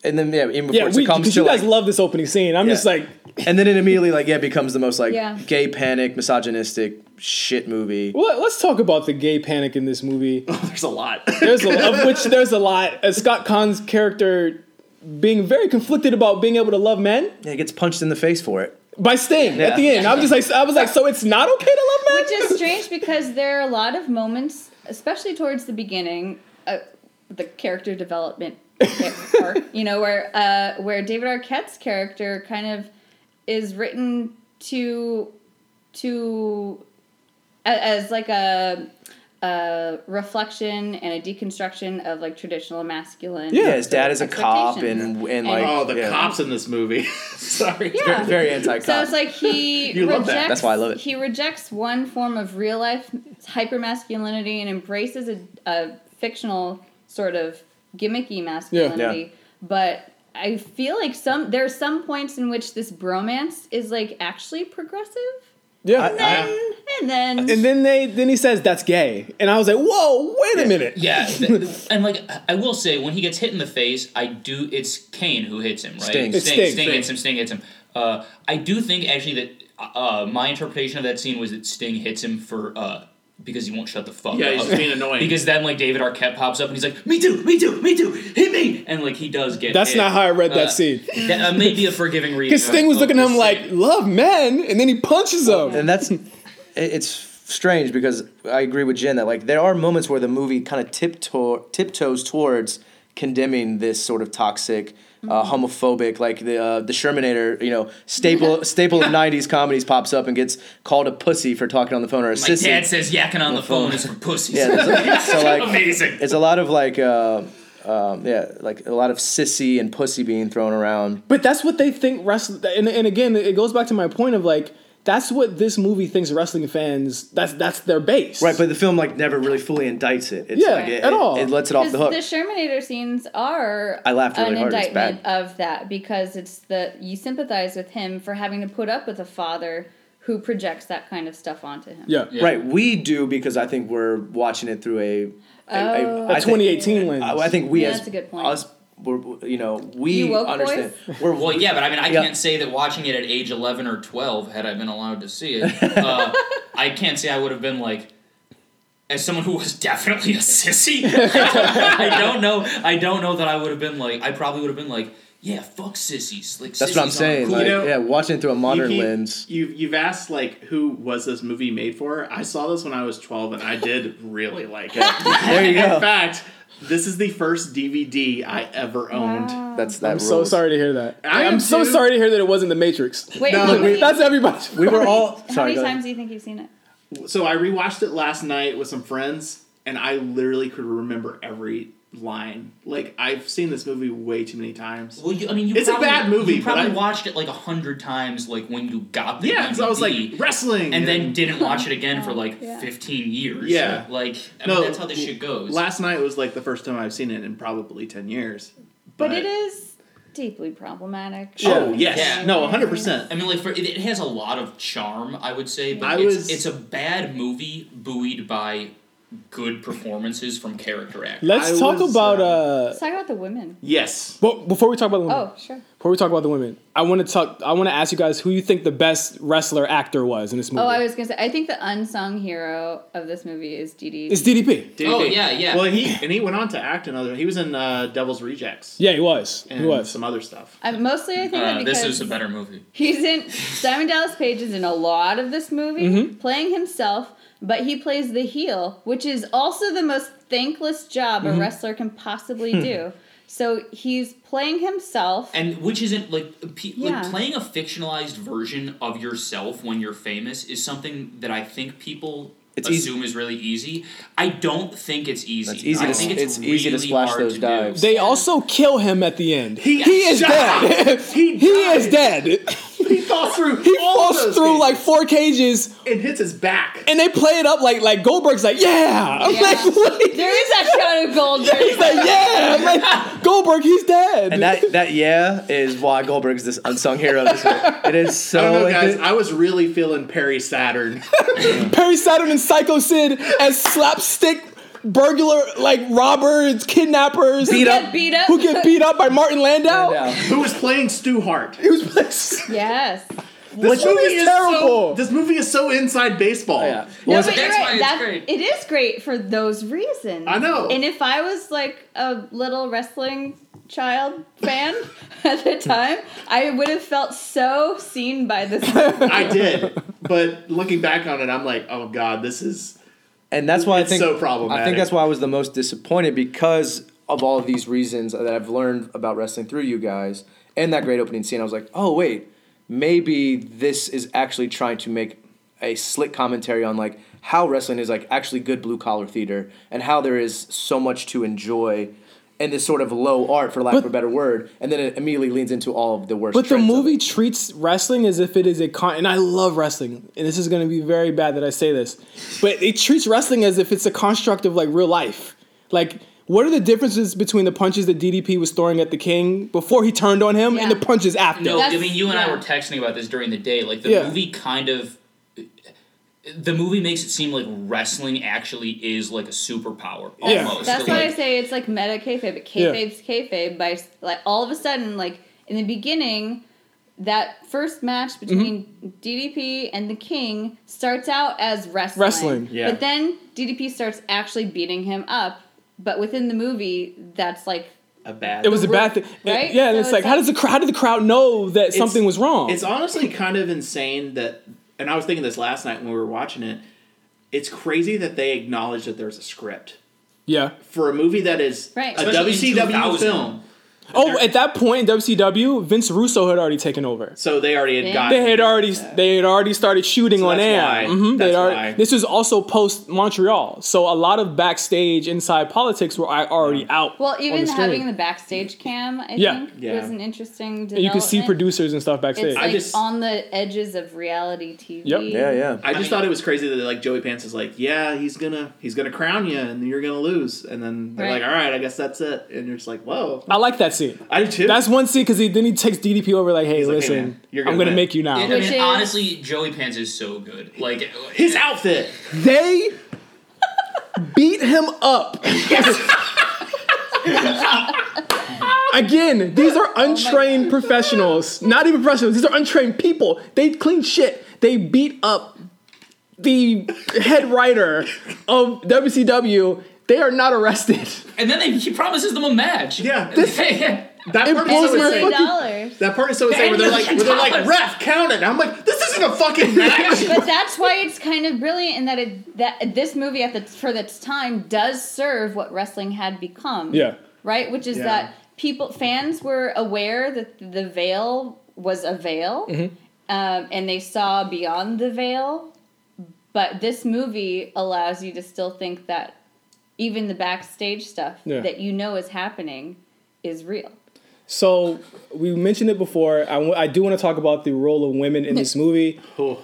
and then yeah, even before Yeah, it we, succumbs because to you guys like, love this opening scene. I'm Yeah. just like, and then it immediately like yeah becomes the most like Yeah. gay panic misogynistic shit movie well, let's talk about the gay panic in this movie. There's a lot. There's a, of which there's a lot. Uh, Scott Kahn's character being very conflicted about being able to love men yeah, it gets punched in the face for it by Sting at the end. I'm just like, I was like, so it's not okay to love men. Which is strange because there are a lot of moments, especially towards the beginning, uh, the character development arc, you know, where uh, where David Arquette's character kind of is written to to a- as like a a reflection and a deconstruction of like traditional masculine. yeah, his dad is a cop Expectations. and and And- like Oh, the yeah. cops in this movie. Sorry. Yeah. very anti So cop it's like he You love rejects. that. That's why I love it. He rejects one form of real life hypermasculinity and embraces a, a fictional sort of gimmicky masculinity. But I feel like some there are some points in which this bromance is like actually progressive, Yeah. and, and then and then they then he says that's gay, and I was like, whoa, wait a minute. yeah, th- and like I will say, when he gets hit in the face, I do. It's Kane who hits him, right? Sting. It's Sting, Sting. hits him. Sting hits him. Uh, I do think actually that uh, my interpretation of that scene was that Sting hits him for uh, because he won't shut the fuck Yeah, up. he's just being annoying. Because then like David Arquette pops up and he's like, "Me too, me too, me too, hit me!" And like he does get. That's hit. not how I read that Uh, scene. That uh, may be a forgiving reason. Because Sting was of looking at this him like, scene. love men, and then he punches him. and that's it, it's strange because I agree with Jen that like there are moments where the movie kind of tiptoe tiptoes towards condemning this sort of toxic. Uh, Mm-hmm. homophobic, like the uh, the Shermanator, you know, staple staple of '90s comedies pops up and gets called a pussy for talking on the phone or a My sissy. dad says yakking on the phone is for pussies. Yeah, there's a- so like Amazing. it's a lot of like uh, um, yeah, like a lot of sissy and pussy being thrown around. But that's what they think wrestling. And, and again, it goes back to my point of like, that's what this movie thinks wrestling fans. That's that's their base. Right, but the film like never really fully indicts it. It's Yeah, like, it, it- at all. It, lets it off the hook. Because the Shermanator scenes are I laughed really an hard. It was indictment of that because it's the you sympathize with him for having to put up with a father who projects that kind of stuff onto him. yeah, Right, we do because I think we're watching it through a a- a- Oh. I a think- 2018 lens. I, I think we Yeah, as that's a good point. us, we're, you know, we You woke understand. We're Well, yeah, but I mean, I Yeah. can't say that watching it at age 11 or 12, had I been allowed to see it, uh, I can't say I would have been like, as someone who was definitely a sissy, I don't know. I don't know that I would have been like. I probably would have been like, yeah, fuck sissies. Like, that's what I'm sissies aren't saying. Cool. like, know- yeah, watching it through a modern you keep- lens. You you've asked like who was this movie made for? I saw this when I was 12 and I did really like it. There you In go. fact, this is the first DVD I ever owned. That's that. I'm so rules. sorry to hear that. I I'm am so too. sorry to hear that it wasn't The Matrix. Wait, how, No, many, That's everybody. We were all how sorry. many go ahead. times do you think you've seen it? So I rewatched it last night with some friends and I literally could remember every line. Like I've seen this movie way too many times. Well, you, I mean, you It's a probably- bad movie, You but probably I- watched it like a hundred times, like when you got the Yeah, because I was like DVD, wrestling and then didn't watch it again for like Yeah. 15 years. Yeah. like I No, mean, that's how this shit goes. last night was like the first time I've seen it in probably 10 years. But it is deeply problematic. Oh, yes. Yeah. No, 100%. I mean, like for it, it has a lot of charm, I would say, but I it's, was- it's a bad movie buoyed by good performances from character actors. Let's I talk was, about uh, uh. Let's talk about the women. Yes. But before we talk about the women, Oh, sure. before we talk about the women, I want to talk. I want to ask you guys who you think the best wrestler actor was in this movie. Oh, I was gonna say. I think the unsung hero of this movie is Dee Dee. it's DDP. Did Oh, he? yeah, yeah. Well, he and he went on to act in other. He was in uh, Devil's Rejects Yeah, he was. and he was. some other stuff. I- mostly, I think that Uh, because this is a better movie. He's in Simon Dallas Page is in a lot of this movie, playing himself, but he plays the heel, which is also the most thankless job a wrestler can possibly do. So he's playing himself. And which isn't like, pe- Yeah. like playing a fictionalized version of yourself when you're famous is something that I think people It's easy. assume is really easy. I don't think it's easy. It's easy I to- think it's it's, easy to really splash hard those to do. dives. They also kill him at the end. He, He is died. dead. He he is dead. he falls through. He all of falls those through cages like four cages, and hits his back. and they play it up like like Goldberg's like, yeah. I'm Yeah. like, wait. There is that shot of Goldberg. He's like, yeah. I'm like, Goldberg, he's dead. And that, that yeah is why Goldberg's this unsung hero. This week. It is so. I don't know, guys. it- I was really feeling Perry Saturn. Perry Saturn and Psycho Sid as slapstick burglar like robbers, kidnappers, Beat Get beat up. who get beat up by Martin Landau. Yeah. who was playing Stu Hart. He was playing. Yes. This movie is So, terrible. this movie is so inside baseball. Yeah. No, Was- but you're That's why right. it's That's, great. It is great for those reasons. I know. And if I was like a little wrestling child fan at the time, I would have felt so seen by this. movie. I did, but looking back on it, I'm like, oh god, this is And that's why I It's think so I problematic. think that's why I was the most disappointed because of all of these reasons that I've learned about wrestling through you guys and that great opening scene. I was like, oh wait, maybe this is actually trying to make a slick commentary on like how wrestling is like actually good blue collar theater and how there is so much to enjoy in this sort of low art for lack of a better word and then it immediately leans into all of the worst But the trends of movie it. treats wrestling as if it is a con, and I love wrestling, and this is going to be very bad that I say this, but it treats wrestling as if it's a construct of like real life. Like, what are the differences between the punches that DDP was throwing at the King before he turned on him and Yeah. the punches after? No, I That's- mean you and I yeah. were texting about this during the day. Like the Yeah. movie kind of the movie makes it seem like wrestling actually is like a superpower almost. Yeah. That's Like, why I say it's like meta kayfabe. But kayfabe's kayfabe by like all of a sudden, like in the beginning, that first match Mm-hmm. between DDP and the King starts out as wrestling. Wrestling, yeah. But then DDP starts actually beating him up. But within the movie, that's like a bad. It was a bad thing, Right? Yeah, and it's So it's like, how like- does the crowd, how did the crowd know that something was wrong? It's honestly kind of insane that, and I was thinking this last night when we were watching it. It's crazy that they acknowledge that there's a script yeah. for a movie that is Right. a Especially in WCW 2000. film. Oh, at that point, in WCW, Vince Russo had already taken over. So they already had Yeah. gotten. They had already they had already started shooting So on that's why- air. Mhm, they that's had already- why. This is also post Montreal, so a lot of backstage inside politics were al- already out. well, on even the screen. having the backstage cam, I Yeah. think, Yeah. was an interesting. And you can see development. producers and stuff backstage. It's like just- on the edges of reality TV. Yep. yeah yeah I just mean- thought it was crazy that like Joey Pants is like, yeah, he's gonna he's gonna crown you and you're gonna lose, and then they're Right. like, all right, I guess that's it, and you're just like, whoa, I like that scene. I do too. That's one scene because he then he takes DDP over like, "Hey, like, "Hey, listen, man, you're gonna I'm gonna win." make you now." I Which mean, is- honestly, Joey Pants is so good. Like his outfit. They beat him up. Again, these are untrained professionals. Not even professionals. These are untrained people. They clean shit. They beat up the head writer of WCW. They are not arrested. and then they, he promises them a match. Yeah. This, That It part is blows so my insane. Million fucking- dollars. That part is so insane. Where they're like, where they're like, $10 ref, count it. And I'm like, this isn't a fucking match. but that's why it's kind of brilliant in that it that this movie at the for its time does serve what wrestling had become. Right, which is Yeah. that people fans were aware that the veil was a veil, um, and they saw beyond the veil. But this movie allows you to still think that even the backstage stuff Yeah. that you know is happening is real. So we mentioned it before. I, w- I do want to talk about the role of women in this movie. Who?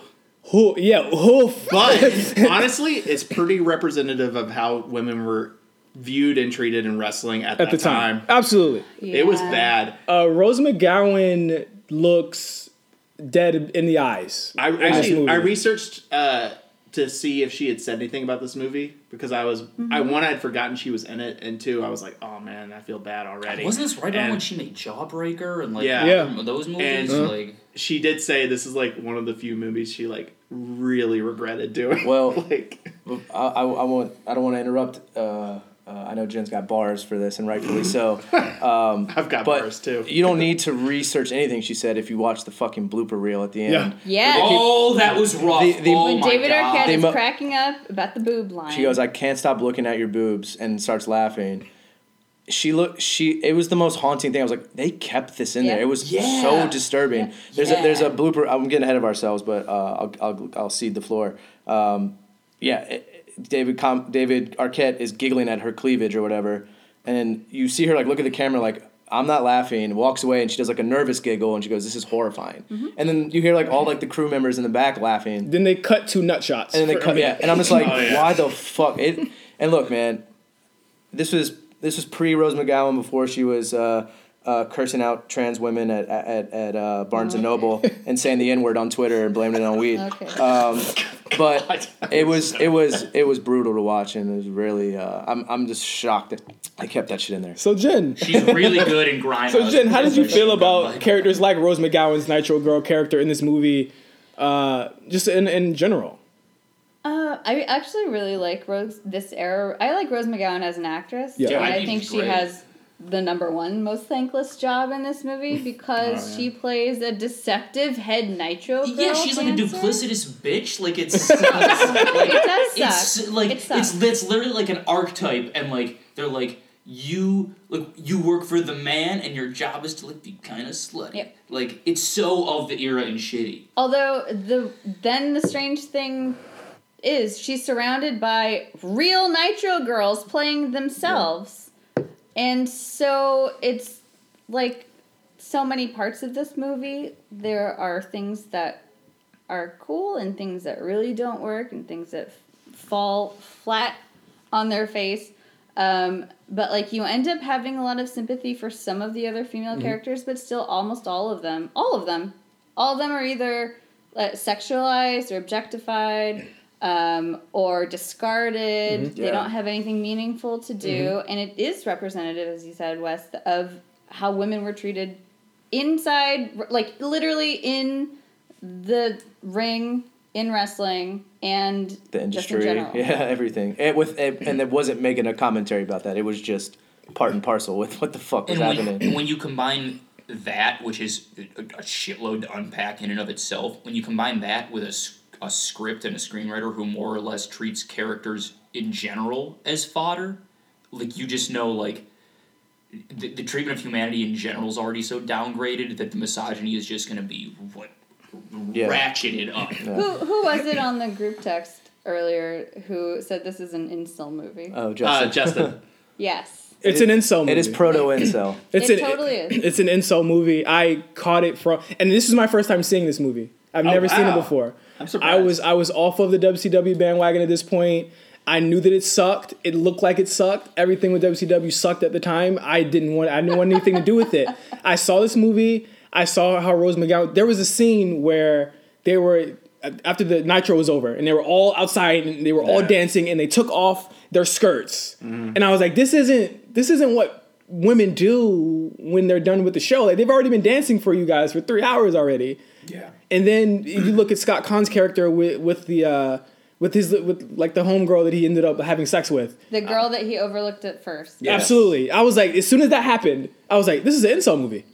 Yeah. Who? But honestly, it's pretty representative of how women were viewed and treated in wrestling at, At the time. Absolutely. It was Yeah. bad. Uh, Rose McGowan looks dead in the eyes. I in this actually movie. I researched uh, to see if she had said anything about this movie because I was Mm-hmm. I one I had forgotten she was in it and two I was like, oh man, I feel bad already. wasn't this right around when And- she made Jawbreaker and like Yeah. Yeah. those And- movies? Uh-huh. like she did say this is like one of the few movies she like really regretted doing. Well- like I, I, I won't. I don't want to interrupt. Uh, uh, I know Jen's got bars for this, and rightfully so. Um, I've got But bars too. you don't need to research anything she said if you watch the fucking blooper reel at the end. Yeah. Yeah. oh, that was rough. The- the- oh When my David god. Arquette They is mu- cracking up about the boob line. She goes, "I can't stop looking at your boobs," and starts laughing. She looked. She. It was the most haunting thing. I was like, they kept this in Yeah. there. It was Yeah. so disturbing. There's a there's a blooper. I'm getting ahead of ourselves, but uh, I'll, I'll I'll cede the floor. Um, yeah, it- it- David Com- David Arquette is giggling at her cleavage or whatever, and you see her like look at the camera like. I'm not laughing, walks away, and she does like a nervous giggle, and she goes, "This is horrifying." Mm-hmm. And then you hear like all like the crew members in the back laughing, Then they cut to nut shots. and then they for a come, yeah. minute. And I'm just like, Oh, yeah. why the fuck? It, and look, man, this was this was pre Rose McGowan before she was uh, uh, cursing out trans women at at, at uh, Barnes Oh. and Noble and saying the N word on Twitter and blaming it on weed. Okay. Um, but it was it was it was brutal to watch, and it was really uh, I'm I'm just shocked that they kept that shit in there. So Jen, She's really good in grindhouse. so Jen, how did you feel about Like, characters like Rose McGowan's Nitro Girl character in this movie, uh, just in in general? Uh, I actually really like Rose this era. I like Rose McGowan as an actress. Yeah. Yeah, and I I, think think she's she great. has the number one most thankless job in this movie because she plays a deceptive head nitro. Girl Oh, Yeah, she's like a dancer. duplicitous bitch. Like it's like, It does suck. it's like It sucks. it's that's literally like an archetype, and like they're like you like you work for the man, and your job is to like be kind of slutty. Yep. Like it's so of the era and shitty. Although the then the strange thing is she's surrounded by real Nitro girls playing themselves. And so it's like so many parts of this movie there are things that are cool and things that really don't work and things that f- fall flat on their face. Um, but like you end up having a lot of sympathy for some of the other female Mm-hmm. characters, but still almost all of them, all of them, all of them are either uh, sexualized or objectified um, or discarded. They Mm-hmm. Yeah. Mm-hmm. don't have anything meaningful to do, and it is representative, as you said, West, of how women were treated inside, like literally in the ring in wrestling and The industry, just in general. yeah, everything. It with it, and it wasn't making a commentary about that. It was just part and parcel with what the fuck was And when, happening. and when you combine that, which is a, a shitload to unpack in and of itself, when you combine that with a, s- a script and a screenwriter who more or less treats characters in general as fodder, like you just know, like the, the treatment of humanity in general is already so downgraded that the misogyny is just going to be what Yeah. ratcheted up. Who who was it on the group text earlier who said this is an incel movie? Oh, Uh, Justin, Justin. yes. It's an insult. Movie. it is proto incel. It's it an- totally is. It's an insult movie. I caught it from, and this is my first time seeing this movie. Oh, I've never seen it wow. before. I'm surprised. I was I was off of the WCW bandwagon at this point. I knew that it sucked. It looked like it sucked. Everything with WCW sucked at the time. I didn't want I didn't want anything to do with it. I saw this movie. I saw how Rose McGowan. There was a scene where they were after the Nitro was over, and they were all outside and they were all dancing, and they took off their skirts. Mm-hmm. And I was like, this isn't this isn't what women do when they're done with the show. Like they've already been dancing for you guys for three hours already. yeah. And then you look at Scott Kahn's character with with the uh, with his with like the homegirl that he ended up having sex with. The girl that he overlooked at first. Absolutely, I was like, as soon as that happened, I was like, this is an incel movie.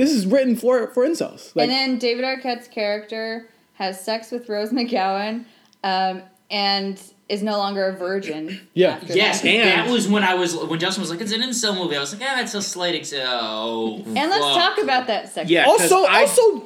This is written for for incels. Like, and then David Arquette's character has sex with Rose McGowan um, and is no longer a virgin. Yeah. after Yes, that. that was when I was when Justin was like, "It's an incel movie." I was like, "Ah, that's a slight excel." Oh, And let's fuck. talk about that sex. Yeah. 'cause also I- also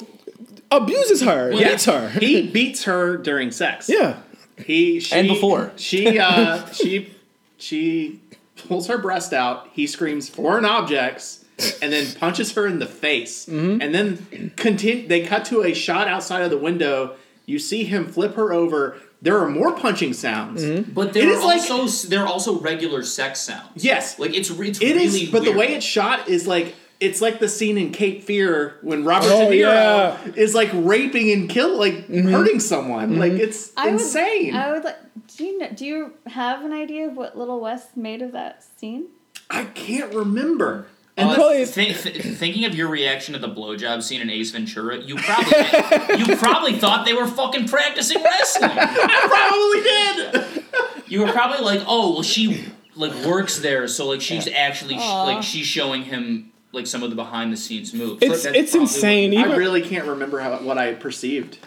abuses her, Yeah. beats her. He beats her during sex. yeah, He she, And before. she uh she she pulls her breast out. He screams foreign objects and then punches her in the face. And then continue. They cut to a shot outside of the window. You see him flip her over. There are more punching sounds. But there It are is like- also there are also regular sex sounds. Yes. like it's, re- it's It really is, but weird. the way it's shot is like it's like the scene in Cape Fear when Robert Oh, De Niro yeah. is like raping and kill, like hurting someone. Like it's I would, insane. I would like. Do you know, do you have an idea of what Little West made of that scene? I can't remember. Uh, And the- probably- thi- thi- thinking of your reaction to the blowjob scene in Ace Ventura, you probably you probably thought they were fucking practicing wrestling. I probably did. You were probably like, "Oh, well, she like works there, so like she's actually sh- Aw. like she's showing him like some of the behind the scenes moves." it's That's it's probably insane. Even I really can't remember how, what I perceived.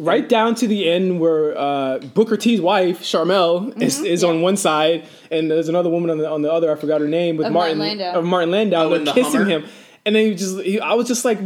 right down to the end where uh, Booker T's wife Charmel Mm-hmm. is, is on one side, and there's another woman on the on the other. I forgot her name with Of Martin Martin Landau. of Martin Landau Oh, they're in the kissing Hummer? him, and then you just he, I was just like,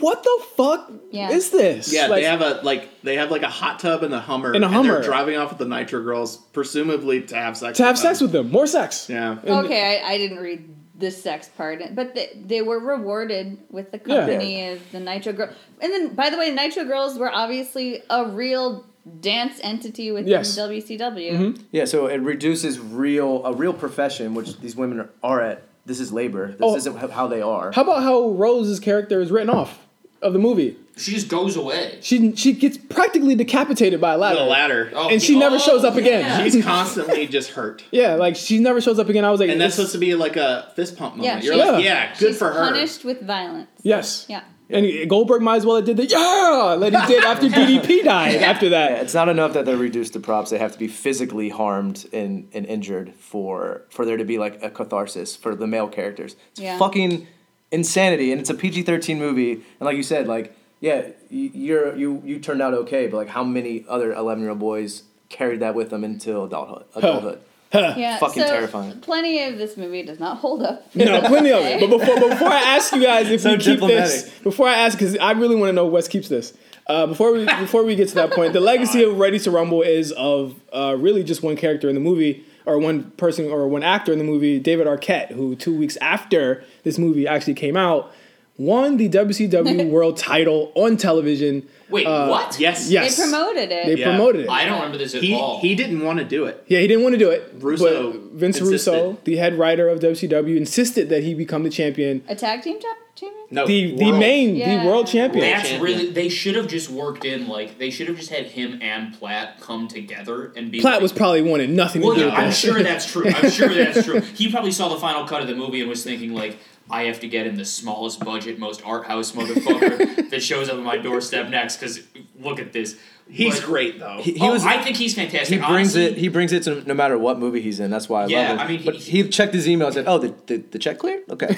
what the fuck Yeah. is this? Yeah, Like, they have a like they have like a hot tub and a Hummer, And a and Hummer. they're driving off with the Nitro Girls, presumably to have sex. to have sex with them, more sex. them. Yeah. And- Okay, I, I didn't read the sex part, but they, they were rewarded with the company of the Nitro Girl. And then, by the way, Nitro Girls were obviously a real dance entity within Yes. Mm-hmm. WCW. Yeah, so it reduces real a real profession, which these women are, are at. This is labor. This Oh. isn't h- how they are. How about how Rose's character is written off of the movie? She just goes away. She she gets practically decapitated by a ladder. The ladder. Oh, And she oh, never shows up again. She's constantly just hurt. Yeah, like she never shows up again. I was like, And that's it's- supposed to be like a fist pump moment. Yeah, You're she's- like, Yeah. yeah, good She's for her. Punished with violence. yes. Yeah. And Goldberg might as well have did the yeah that he did after DDP died. After that, Yeah, it's not enough that they're reduced to props. They have to be physically harmed and, and injured for for there to be like a catharsis for the male characters. It's Yeah. fucking insanity, and it's a PG thirteen movie. And like you said, like yeah, you, you're you you turned out okay, but like how many other eleven year old boys carried that with them until adulthood? Adulthood. Yeah. Fucking so terrifying. Plenty of this movie does not hold up. No, plenty of it. But before, but before I ask you guys if So we keep this, diplomatic. before I ask, because I really want to know Wes keeps this. Uh, before we before we get to that point, the legacy of Ready to Rumble is of uh, really just one character in the movie, or one person, or one actor in the movie, David Arquette, who two weeks after this movie actually came out, won the WCW World Title on television. Wait, Uh, what? Yes. Yes, They promoted it. They Yeah. promoted it. I don't remember this at He all. he didn't want to do it. Yeah, he didn't want to do it. Russo but Vince insisted. Russo, the head writer of WCW, insisted that he become the champion. a tag team top champion. No. The, the world. main, Yeah. the world champion. They That's champion. really. They should have just worked in like they should have just had him and Platt come together and be. Platt like, was probably wanting nothing Well, to do no, with I'm that. sure that's true. I'm sure that's true. He probably saw the final cut of the movie and was thinking like, I have to get in the smallest budget, most art house motherfucker that shows up on my doorstep next. Because look at this. He's But- great though. He, he oh, was. I think he's fantastic. he brings Honestly, it. He brings it to no matter what movie he's in. That's why I Yeah, love it. I mean, but he- he, checked his email and said, "Oh, the, the, the check cleared. Okay,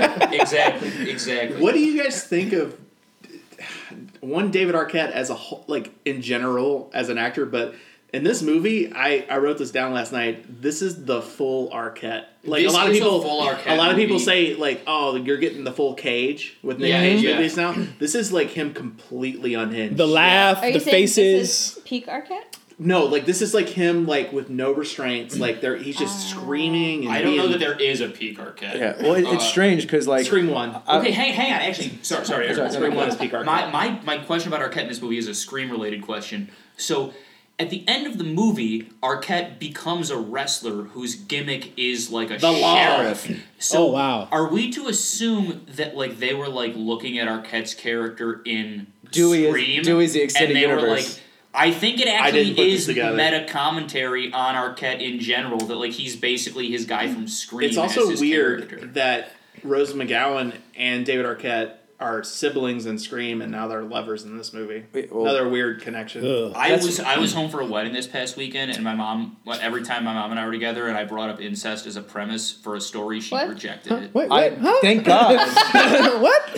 exactly. Exactly. What do you guys think of one David Arquette as a whole, like in general as an actor, but in this movie, I, I wrote this down last night. This is the full Arquette. Like This a lot of is a people, full Arquette a lot of people movie. say like, oh, you're getting the full Cage with Nick Mm-hmm. Yeah, Cage yeah. movies now. This is like him completely unhinged. The laugh, Are you the saying faces. This is peak Arquette? no, like this is like him like with no restraints. Like there, he's just Oh. screaming. And I don't know being- that there is a peak Arquette. yeah. Well, it, Uh, it's strange because like Scream one. Okay, hang, hang on. Actually, sorry, sorry. Sorry, Scream one is peak Arquette. My, my, my question about Arquette in this movie is a scream related question. So, at the end of the movie, Arquette becomes a wrestler whose gimmick is like a The law. sheriff. So, Oh, wow. Are we to assume that like they were like looking at Arquette's character in Dewey is- Scream? Dewey's the and extended they were like. universe. I think it didn't put actually this is together. meta commentary on Arquette in general that like he's basically his guy from Scream. It's as also his weird character. that Rose McGowan and David Arquette are siblings in Scream, and now they're lovers in this movie. Wait, well- Another weird connection. I was I was home for a wedding this past weekend, and my mom. well, Every time my mom and I were together, and I brought up incest as a premise for a story, she What? rejected it. Wait, I, what? huh? Thank God. what?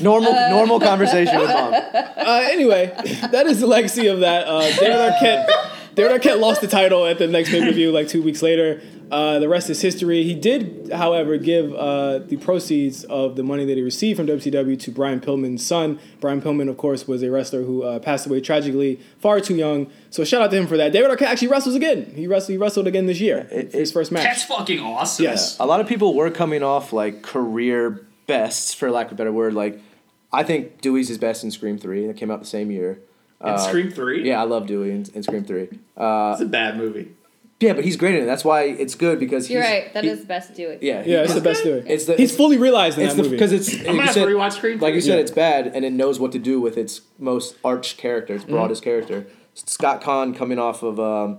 Normal, normal conversation with mom. Uh, anyway, that is the legacy of that. Uh, David Arquette. David Arquette lost the title at the next pay per view like two weeks later. Uh, the rest is history. He did, however, give uh, the proceeds of the money that he received from WCW to Brian Pillman's son. Brian Pillman, of course, was a wrestler who uh, passed away tragically far too young. So shout out to him for that. David Arquette actually wrestles again. He wrestled. He wrestled again this year. It- his it- first match. That's fucking awesome. Yes. A lot of people were coming off like career bests, for lack of a better word. Like, I think Dewey's his best in Scream Three. That came out the same year. Uh, in Scream Three, Yeah, I love Dewey in, in Scream Three. Uh, it's a bad movie. Yeah, but he's great in it. That's why it's good because he's, You're right. That he- is best do it. Yeah, he- Yeah, it's the best doing. It's the He's fully realized in it's that the movie. because it's like I'm you gonna have said- to rewatch Scream. Like you said, Yeah. it's bad, and it knows what to do with its most arch character, Mm-hmm. its broadest character. Scott Kahn coming off of um,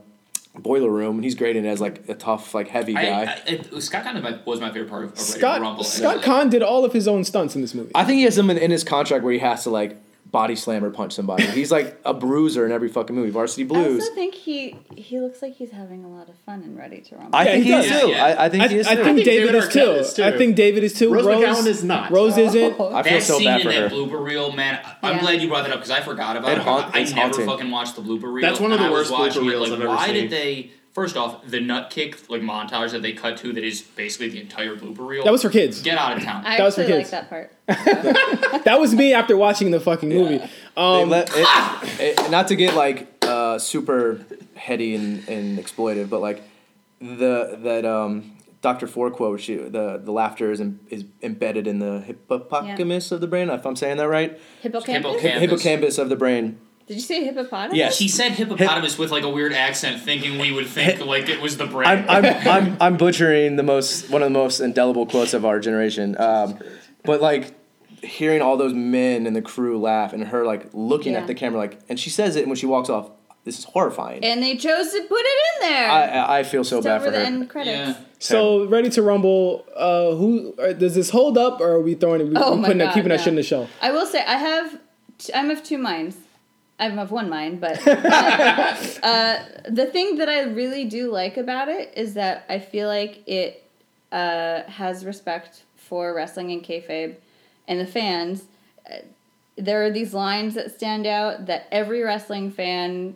Boiler Room, and he's great in it as like a tough, like heavy I, guy. I, it- Scott kind of my- was my favorite part of, of Ready to Rumble. Scott Scott Kahn did all of his own stunts in this movie. I think he has something in his contract where he has to like body slam or punch somebody. He's like a bruiser in every fucking movie. Varsity I Blues. also think he he looks like he's having a lot of fun and ready to rumble. I Yeah, think he he, does. is too. Yeah, yeah. I, I think I, he is I too. think think David, David is, Arquette too. is, too. I think David is too. Rose, Rose McGowan is not. Rose isn't. Oh. I feel that so scene bad in for her. that blooper reel, man. I- I'm Yeah. glad you brought that up because I forgot about It it. haunt- I, I it's never haunting. fucking watched the blooper reel. That's one of and the I worst was blooper watching it, reels like, I've ever Why seen. did they? First off, the nut kick like montage that they cut to that is basically the entire blooper reel. That was for kids. get out of town. I That was for actually like kids. that part. That was me after watching the fucking movie. They Um, let- it- it- not to get like uh, super heady and, and exploitive, but like the that um, Dr. Four quote, where she, the the laughter is, em, is embedded in the hippopotamus of the brain. If I'm saying that right, Hippocampus? Hippocampus. hippocampus of the brain. Did you say hippopotamus? Yes. She said hippopotamus with like a weird accent, thinking we would think like it was the brain. I'm, I'm, I'm, I'm butchering the most one of the most indelible quotes of our generation. Um, but like hearing all those men and the crew laugh and her like looking Yeah. at the camera like and she says it and when she walks off this is horrifying. And they chose to put it in there. I, I I feel so It's over bad for the her. end credits. yeah. So ready to rumble. Uh, who uh, does this hold up, or are we throwing it? We, Oh we my putting that, God, keeping that no. shit in the show. I will say I have I'm of two minds. I'm of one mind, but uh, the thing that I really do like about it is that I feel like it uh, has respect for wrestling and kayfabe and the fans. Uh, There are these lines that stand out that every wrestling fan,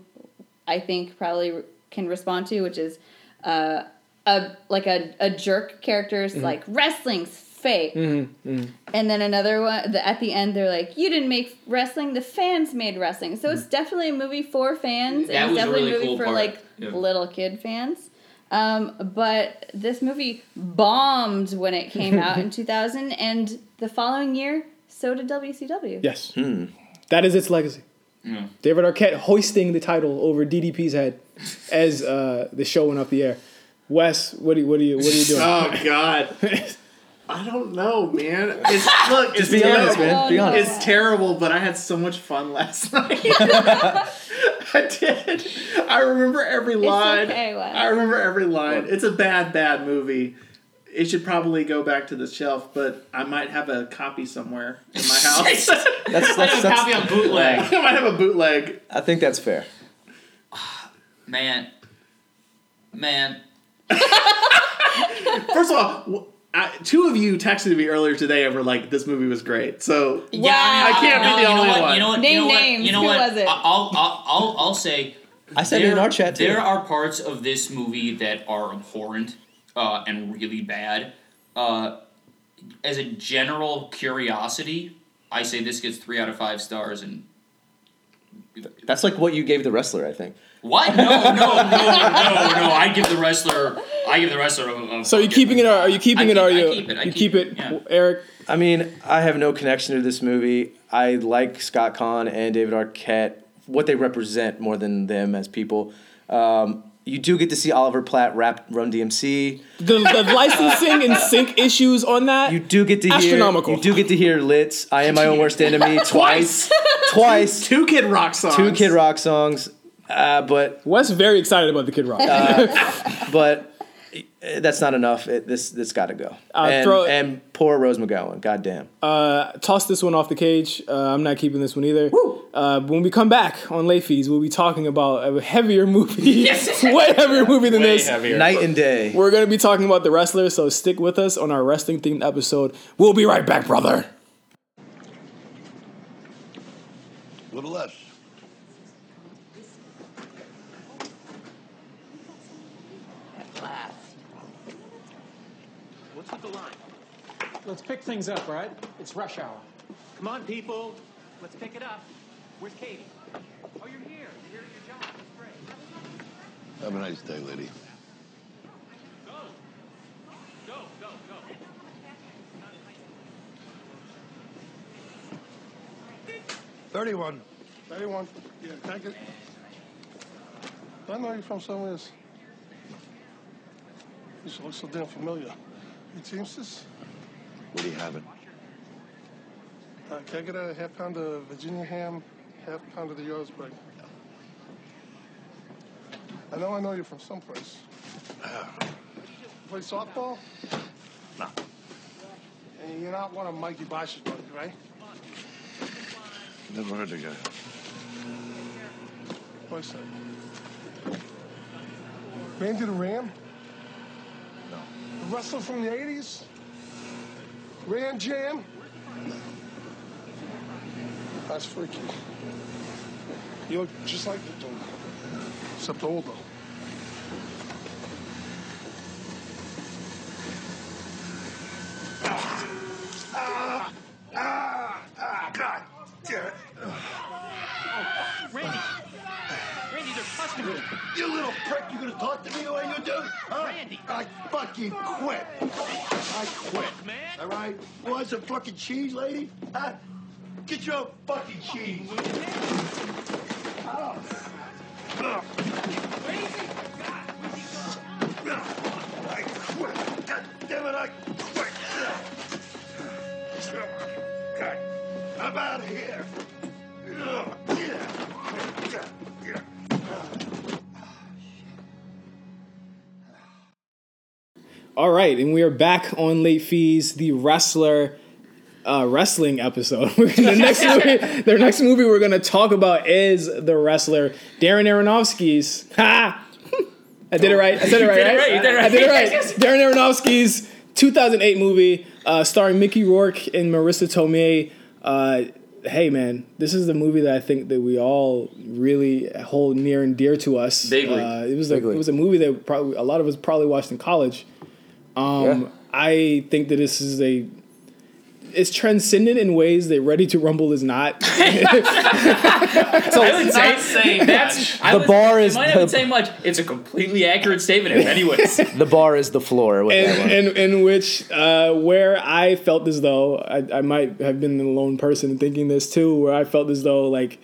I think, probably re- can respond to, which is uh, a like a, a jerk character is like wrestling's fake, and then another one the, at the end, they're like, "You didn't make wrestling; the fans made wrestling." So it's definitely a movie for fans. That and was it's a definitely really a movie cool for part. like Yeah. little kid fans. Um, but this movie bombed when it came out in 2000, and the following year, so did WCW. Yes, that is its legacy. David Arquette hoisting the title over DDP's head as uh, the show went up the air. Wes, what are you, what are you, what are you doing? Oh God. I don't know, man. It's look. it's be terrible. honest, man. Be Oh, no. honest. It's terrible, but I had so much fun last night. I did. I remember every line. okay, Wes. I remember every line. It's a bad, bad movie. It should probably go back to the shelf, but I might have a copy somewhere in my house. I That's, that's, that's, Copy on bootleg. might have a bootleg. I think that's fair. Man. Man. First of all, w I two of you texted me earlier today and were like, "This movie was great." So Yeah, I, I can't be the you know only what, one. You know what? Name you know what, names. You know Who what? was it? I- I'll, I'll, I'll, I'll say. I said it in our chat too. There are parts of this movie that are abhorrent uh, and really bad. Uh, as a general curiosity, I say this gets three out of five stars. And That's like what you gave the wrestler, I think. what? No, no, no, no, no! I give the wrestler. I give the wrestler. A, a so you keeping it? Or are you keeping I it? Or are keep- I you keep it, I you keep keep it, it, yeah. Eric? I mean, I have no connection to this movie. I like Scott Kahn and David Arquette, what they represent more than them as people. Um, you do get to see Oliver Platt rap Run DMC. The, the licensing and sync issues on that. You do get to hear Astronomical. You do get to hear Litz. I am my own worst enemy twice, twice. Two Kid Rock songs. Two Kid Rock songs, uh, but Wes very excited about the Kid Rock. Uh, but eh, that's not enough. It, this this got to go. Uh, and, throw- Oh, and poor Rose McGowan. Goddamn. toss this one off the cage. Uh, I'm not keeping this one either. Uh, when we come back on late fees, we'll be talking about a heavier movie, way heavier movie than this. Night and day. We're gonna be talking about the wrestler, so stick with us on our wrestling themed episode. We'll be right back, brother. little less. What's with the line? Let's pick things up, right? It's rush hour. Come on, people. Let's pick it up. Where's Katie? Oh, you're here. You're here at your job. That's great. Have a nice day, lady. Go. Go, go, go. Thirty-one. Thirty-one. Yeah, thank you. I know you from somewhere. else. This looks so damn familiar. You Teamsters? What do you have it? Uh, can I get a half pound of Virginia ham, half pound of the Yardsburg? I know I know you from someplace. Play softball? Uh. No. And you're not one of Mikey Bosch's buddies, right? Never heard of the guy. Wait a second. Randy the Ram? No. The wrestler from the 80s? Ram Jam? That's freaky. You look just like the dude, except older. Ah! Ah! Ah! God damn it. Randy. Randy, they're customers. You little prick, you could have talk to me the way you do? Huh? I fucking quit. I quit, man. All right? Want some fucking cheese, lady? Huh? Get your own fucking cheese. Ugh. Ugh. Ugh. I quit. God damn it, I quit. Ugh. God, I'm out of here. Ugh. Yeah. Yeah. Yeah. All right, and we are back on late fees, the wrestler uh, wrestling episode. the next movie, their next movie we're going to talk about is the wrestler Darren Aronofsky's. Ha! I did it right. I said it right. did it right? right, you did it I did it right. right. Darren Aronofsky's 2008 movie uh, starring Mickey Rourke and Marissa Tomei. Uh, hey man, this is the movie that I think that we all really hold near and dear to us. Bigly. Uh, it was a, Bigly. it was a movie that probably a lot of us probably watched in college. Um, Yeah. I think that this is a it's transcendent in ways that Ready to Rumble is not. I would say, not saying that's much. I The would- bar is I might not the- say much. It's a completely accurate statement, in many ways. The bar is the floor with that one. in, in, in which uh, where I felt as though I, I might have been the lone person thinking this too, where I felt as though like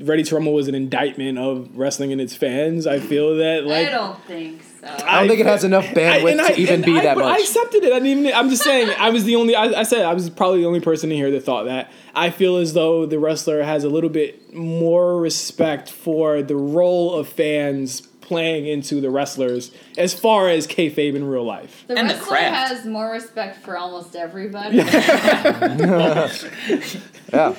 Ready to Rumble was an indictment of wrestling and its fans. I feel that like I don't think so. I don't think it has enough bandwidth and to even and be I- that but I much. accepted it. I didn't even. I'm just saying. I was the only. I, I said I was probably the only person in here that thought that. I feel as though the wrestler has a little bit more respect for the role of fans playing into the wrestlers as far as kayfabe in real life. The And the wrestler craft. has more respect for almost everybody. yeah.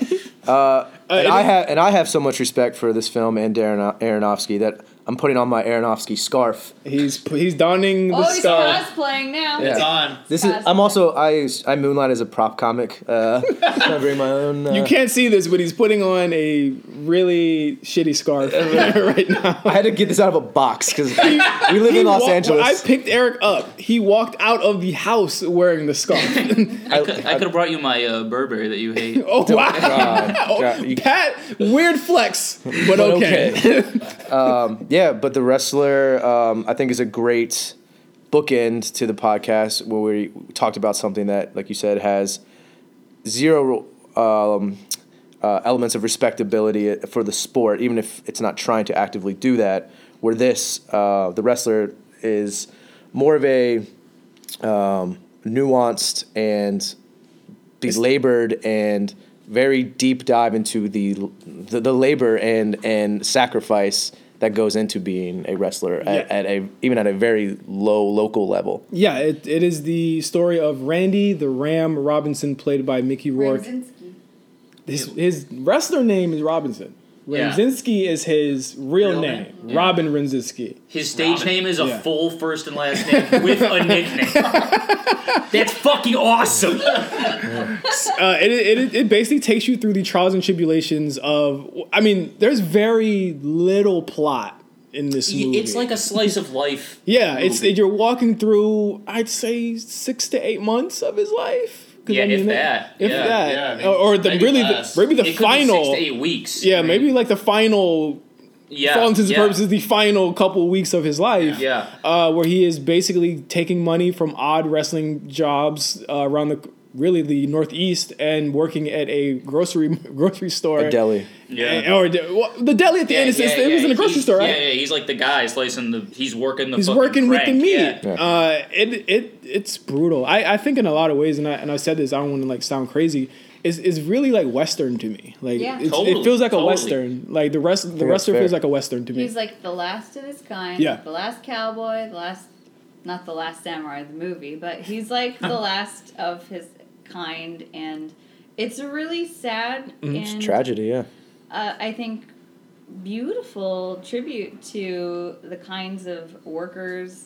Uh, And it I is- have and I have so much respect for this film and Darren Aronofsky that I'm putting on my Aronofsky scarf. he's he's donning the oh, he's scarf. cosplaying now. Yeah. It's on. This is I'm also I I moonlight as a prop comic. Uh, I bring my own. Uh, You can't see this, but he's putting on a really shitty scarf right now. I had to get this out of a box because we live He in Los wa- Angeles. I picked Eric up. He walked out of the house wearing the scarf. I could have brought you my uh, Burberry that you hate. Oh wow! God, you- Pat, weird flex, but, okay. Yeah, but the wrestler, um, I think, is a great bookend to the podcast where we talked about something that, like you said, has zero um, uh, elements of respectability for the sport, even if it's not trying to actively do that. Where this, uh, the wrestler, is more of a um, nuanced and belabored and very deep dive into the the, the labor and and sacrifice that goes into being a wrestler at, Yeah. at a even at a very low local level. yeah, it, it is the story of Randy the Ram Robinson, played by Mickey Rourke. Ramzinski. His, his wrestler name is Robinson. Yeah. Ramzinski is his real, Real name, name? Robin Ramzinski. His stage name is a Yeah. full first and last name with a nickname. That's fucking awesome. Uh, it, it, it basically takes you through the trials and tribulations of. I mean, there's very little plot in this movie. It's like a slice of life. Yeah, it's movie. you're walking through. I'd say six to eight months of his life. 'Cause, Yeah, if it- that. If Yeah, that, yeah, I mean, or, or the Maybe really, the, less. maybe the uh, It could be final. six to eight weeks. yeah, I mean, maybe like the final. yeah, for all intents and yeah. purposes, the final couple weeks of his life. Yeah. Uh, where he is basically taking money from odd wrestling jobs uh, around the really the Northeast and working at a grocery grocery store. A deli. Yeah. Or de- well, the deli at the Yeah, end. Is, yeah, it was yeah. in a grocery He's- store, right? Yeah, yeah, he's like the guy slicing the. He's working the. He's fucking working with the crank, meat. yeah. Uh, it it it's brutal. I, I think in a lot of ways, and I and I said this. I don't want to like sound crazy. Is is really like Western to me. Like Yeah. it's, it Totally, feels like a totally. Western. Like the rest the that's wrestler feels fair. like a Western to me. He's like the last of his kind. Yeah. The last cowboy, the last, not the last samurai, the movie, but he's like the last of his kind. And it's a really sad and Tragedy, yeah. uh, I think, beautiful tribute to the kinds of workers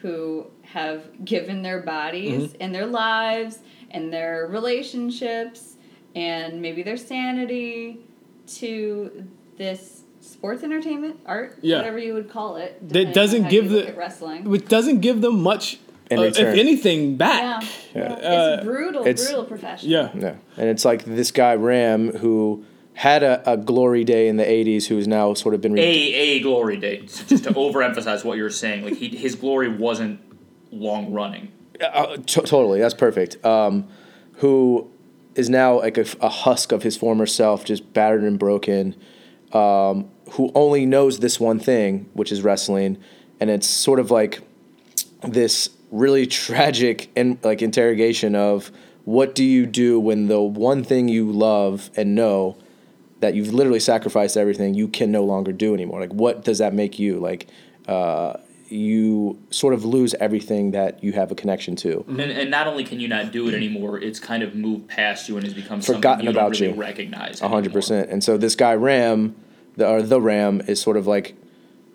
who have given their bodies Mm-hmm. and their lives and their relationships and maybe their sanity to this sports entertainment art Yeah. whatever you would call it depending That on doesn't how give you look the- at wrestling Which doesn't give them much, In uh, if return. anything, yeah, back. yeah. Uh, it's brutal it's- brutal profession Yeah. Yeah. And it's like this guy Ram who had a, a glory day in the 80s who has now sort of been. a Re- a glory day. So Just to overemphasize what you're saying, like he, his glory wasn't long running. uh, t- totally. That's perfect. Um, who is now like a, a husk of his former self, just battered and broken, um, who only knows this one thing, which is wrestling. And it's sort of like this really tragic and like interrogation of what do you do when the one thing you love and know that you've literally sacrificed everything you can no longer do anymore like what does that make you like uh, you sort of lose everything that you have a connection to And, and not only can you not do it anymore, it's kind of moved past you and has become Forgotten something you about don't really you. recognize. A hundred anymore. percent. And so this guy Ram, the or the Ram, is sort of like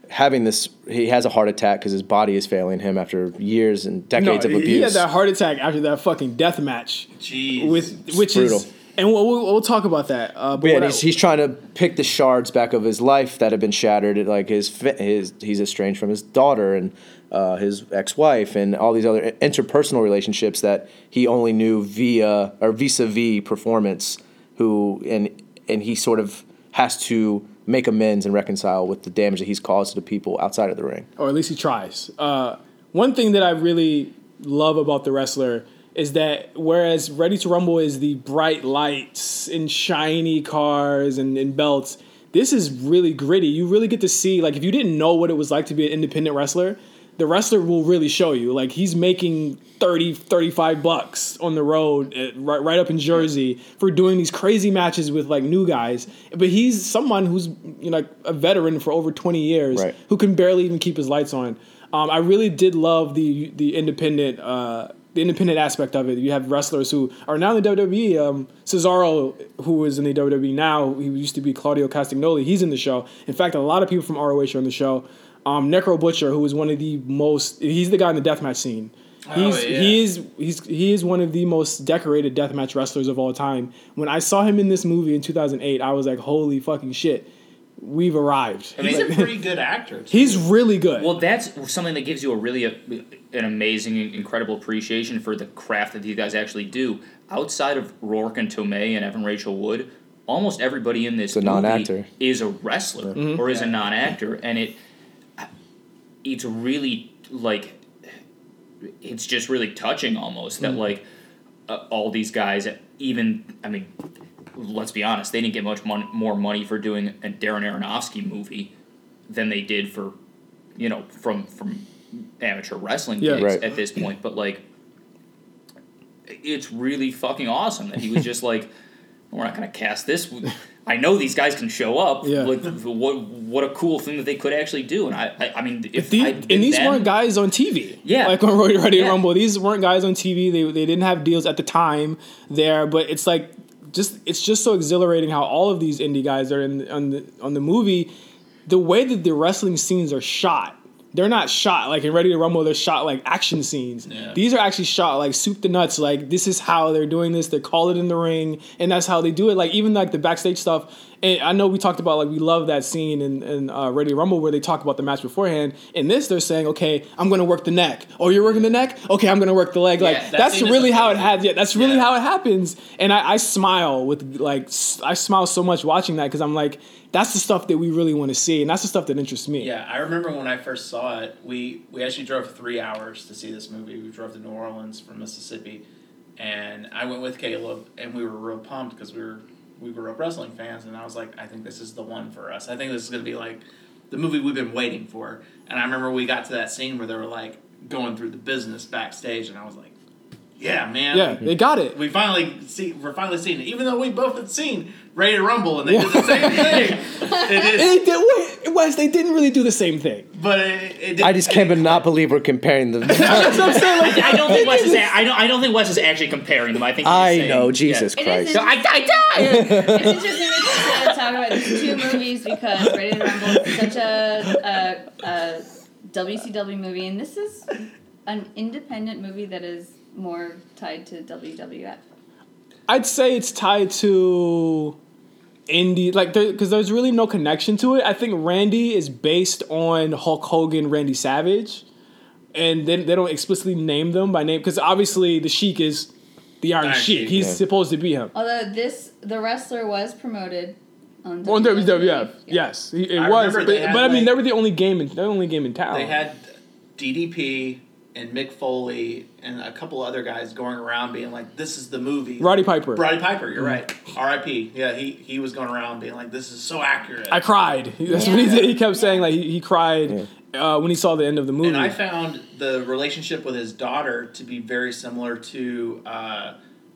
having this. He has a heart attack because his body is failing him after years and decades of he- abuse. He had that heart attack after that fucking death match. Jeez. With which brutal. is and we'll, we'll, we'll talk about that. Uh, but yeah, what and I- he's, he's trying to pick the shards back of his life that have been shattered. It, Like his, fa- his he's estranged from his daughter and uh, his ex-wife and all these other interpersonal relationships that he only knew via or vis-a-vis performance. Who and and he sort of has to make amends and reconcile with the damage that he's caused to the people outside of the ring. or at least he tries. Uh, one thing that I really love about the wrestler is that whereas Ready to Rumble is the bright lights and shiny cars and, and belts, this is really gritty. You really get to see, like, if you didn't know what it was like to be an independent wrestler, the wrestler will really show you. Like, he's making 30, 35 bucks on the road, uh, right, right up in Jersey, for doing these crazy matches with, like, new guys. But he's someone who's, you know, like, a veteran for over 20 years Right. who can barely even keep his lights on. Um, I really did love the the independent uh, the independent aspect of it. You have wrestlers who are now in the WWE. Um, Cesaro, who is in the WWE now, he used to be Claudio Castagnoli. He's in the show. In fact, a lot of people from ROH are in the show. Um, Necro Butcher, who is one of the most, he's the guy in the deathmatch scene. He's, Oh, yeah. He is he's he is one of the most decorated deathmatch wrestlers of all time. When I saw him in this movie in 2008, I was like, "Holy fucking shit, we've arrived!" He's a pretty good actor. too. He's really good. Well, that's something that gives you a really a, an amazing, and incredible appreciation for the craft that these guys actually do. Outside of Rourke and Tomei and Evan Rachel Wood, almost everybody in this a movie non-actor. Mm-hmm. is a wrestler or is a non-actor, and it it's really like it's just really touching almost that like uh, all these guys even I mean let's be honest they didn't get much mon- more money for doing a Darren Aronofsky movie than they did for you know from from amateur wrestling Yeah. gigs Right. at this point but like it's really fucking awesome that he was just like we're not gonna cast this I know these guys can show up Yeah. like what what a cool thing that they could actually do and I I, I mean if The- I, and these then- weren't guys on TV. Yeah. Like on Roy Ready Yeah. Rumble. These weren't guys on TV. They, they didn't have deals at the time there, but it's like just it's just so exhilarating how all of these indie guys are in on the on the movie. The way that the wrestling scenes are shot, they're not shot like in Ready to Rumble, they're shot like action scenes. These are actually shot like soup to nuts. Like this is how they're doing this. They call it in the ring, and that's how they do it. Like even like the backstage stuff. And I know we talked about like we love that scene in, in uh, Ready to Rumble where they talk about the match beforehand. In this, they're saying, okay, I'm going to work the neck. Oh, you're working the neck. Okay, I'm going to work the leg. like that that's scene is really how it amazing. had. Yeah, that's really Yeah. how it happens. And I, I smile with like s- I smile so much watching that because I'm like, that's the stuff that we really want to see, and that's the stuff that interests me. Yeah, I remember when I first saw it. We we actually drove three hours to see this movie. We drove to New Orleans from Mississippi, and I went with Caleb, and we were real pumped because we were we grew up wrestling fans, and I was like, I think this is the one for us. I think this is gonna be like the movie we've been waiting for. And I remember we got to that scene where they were like going through the business backstage, and I was like, Yeah, man. Yeah, they got it. We finally see. We're finally seeing it, even though we both had seen Ready to Rumble, and they did the same thing. It is, And they did wait, Wes, they didn't really do the same thing. but it, it did, I just can't but not believe we're comparing them. That's what I'm saying. Like, I don't think Wes is. a- I don't. I don't think Wes is actually comparing them. I think. he's I saying- know, yeah. Jesus It Christ. is So I, I died. It's interesting to uh, talk about these two movies because Ready to Rumble is such a, a, a WCW movie, and this is an independent movie that is more tied to WWF. I'd say it's tied to indie, like because there's really no connection to it. I think Randy is based on Hulk Hogan, Randy Savage, and then they don't explicitly name them by name because obviously the Sheik is the Iron Iron Sheik. Sheik, He's yeah. Oh, supposed to be him. Although this, the wrestler was promoted on on WWF. Yes, it it I was, but, remember they had, but I mean, like- they were the only game in the only game in town. They had DDP and Mick Foley and a couple other guys going around being like, "This is the movie." Roddy Piper. Roddy Piper, you're right. R.I.P. Yeah, he he was going around being like, "This is so accurate." I cried. That's what he Yeah. did. He kept saying like he, he cried uh, when he saw the end of the movie. and I found the relationship with his daughter to be very similar to uh,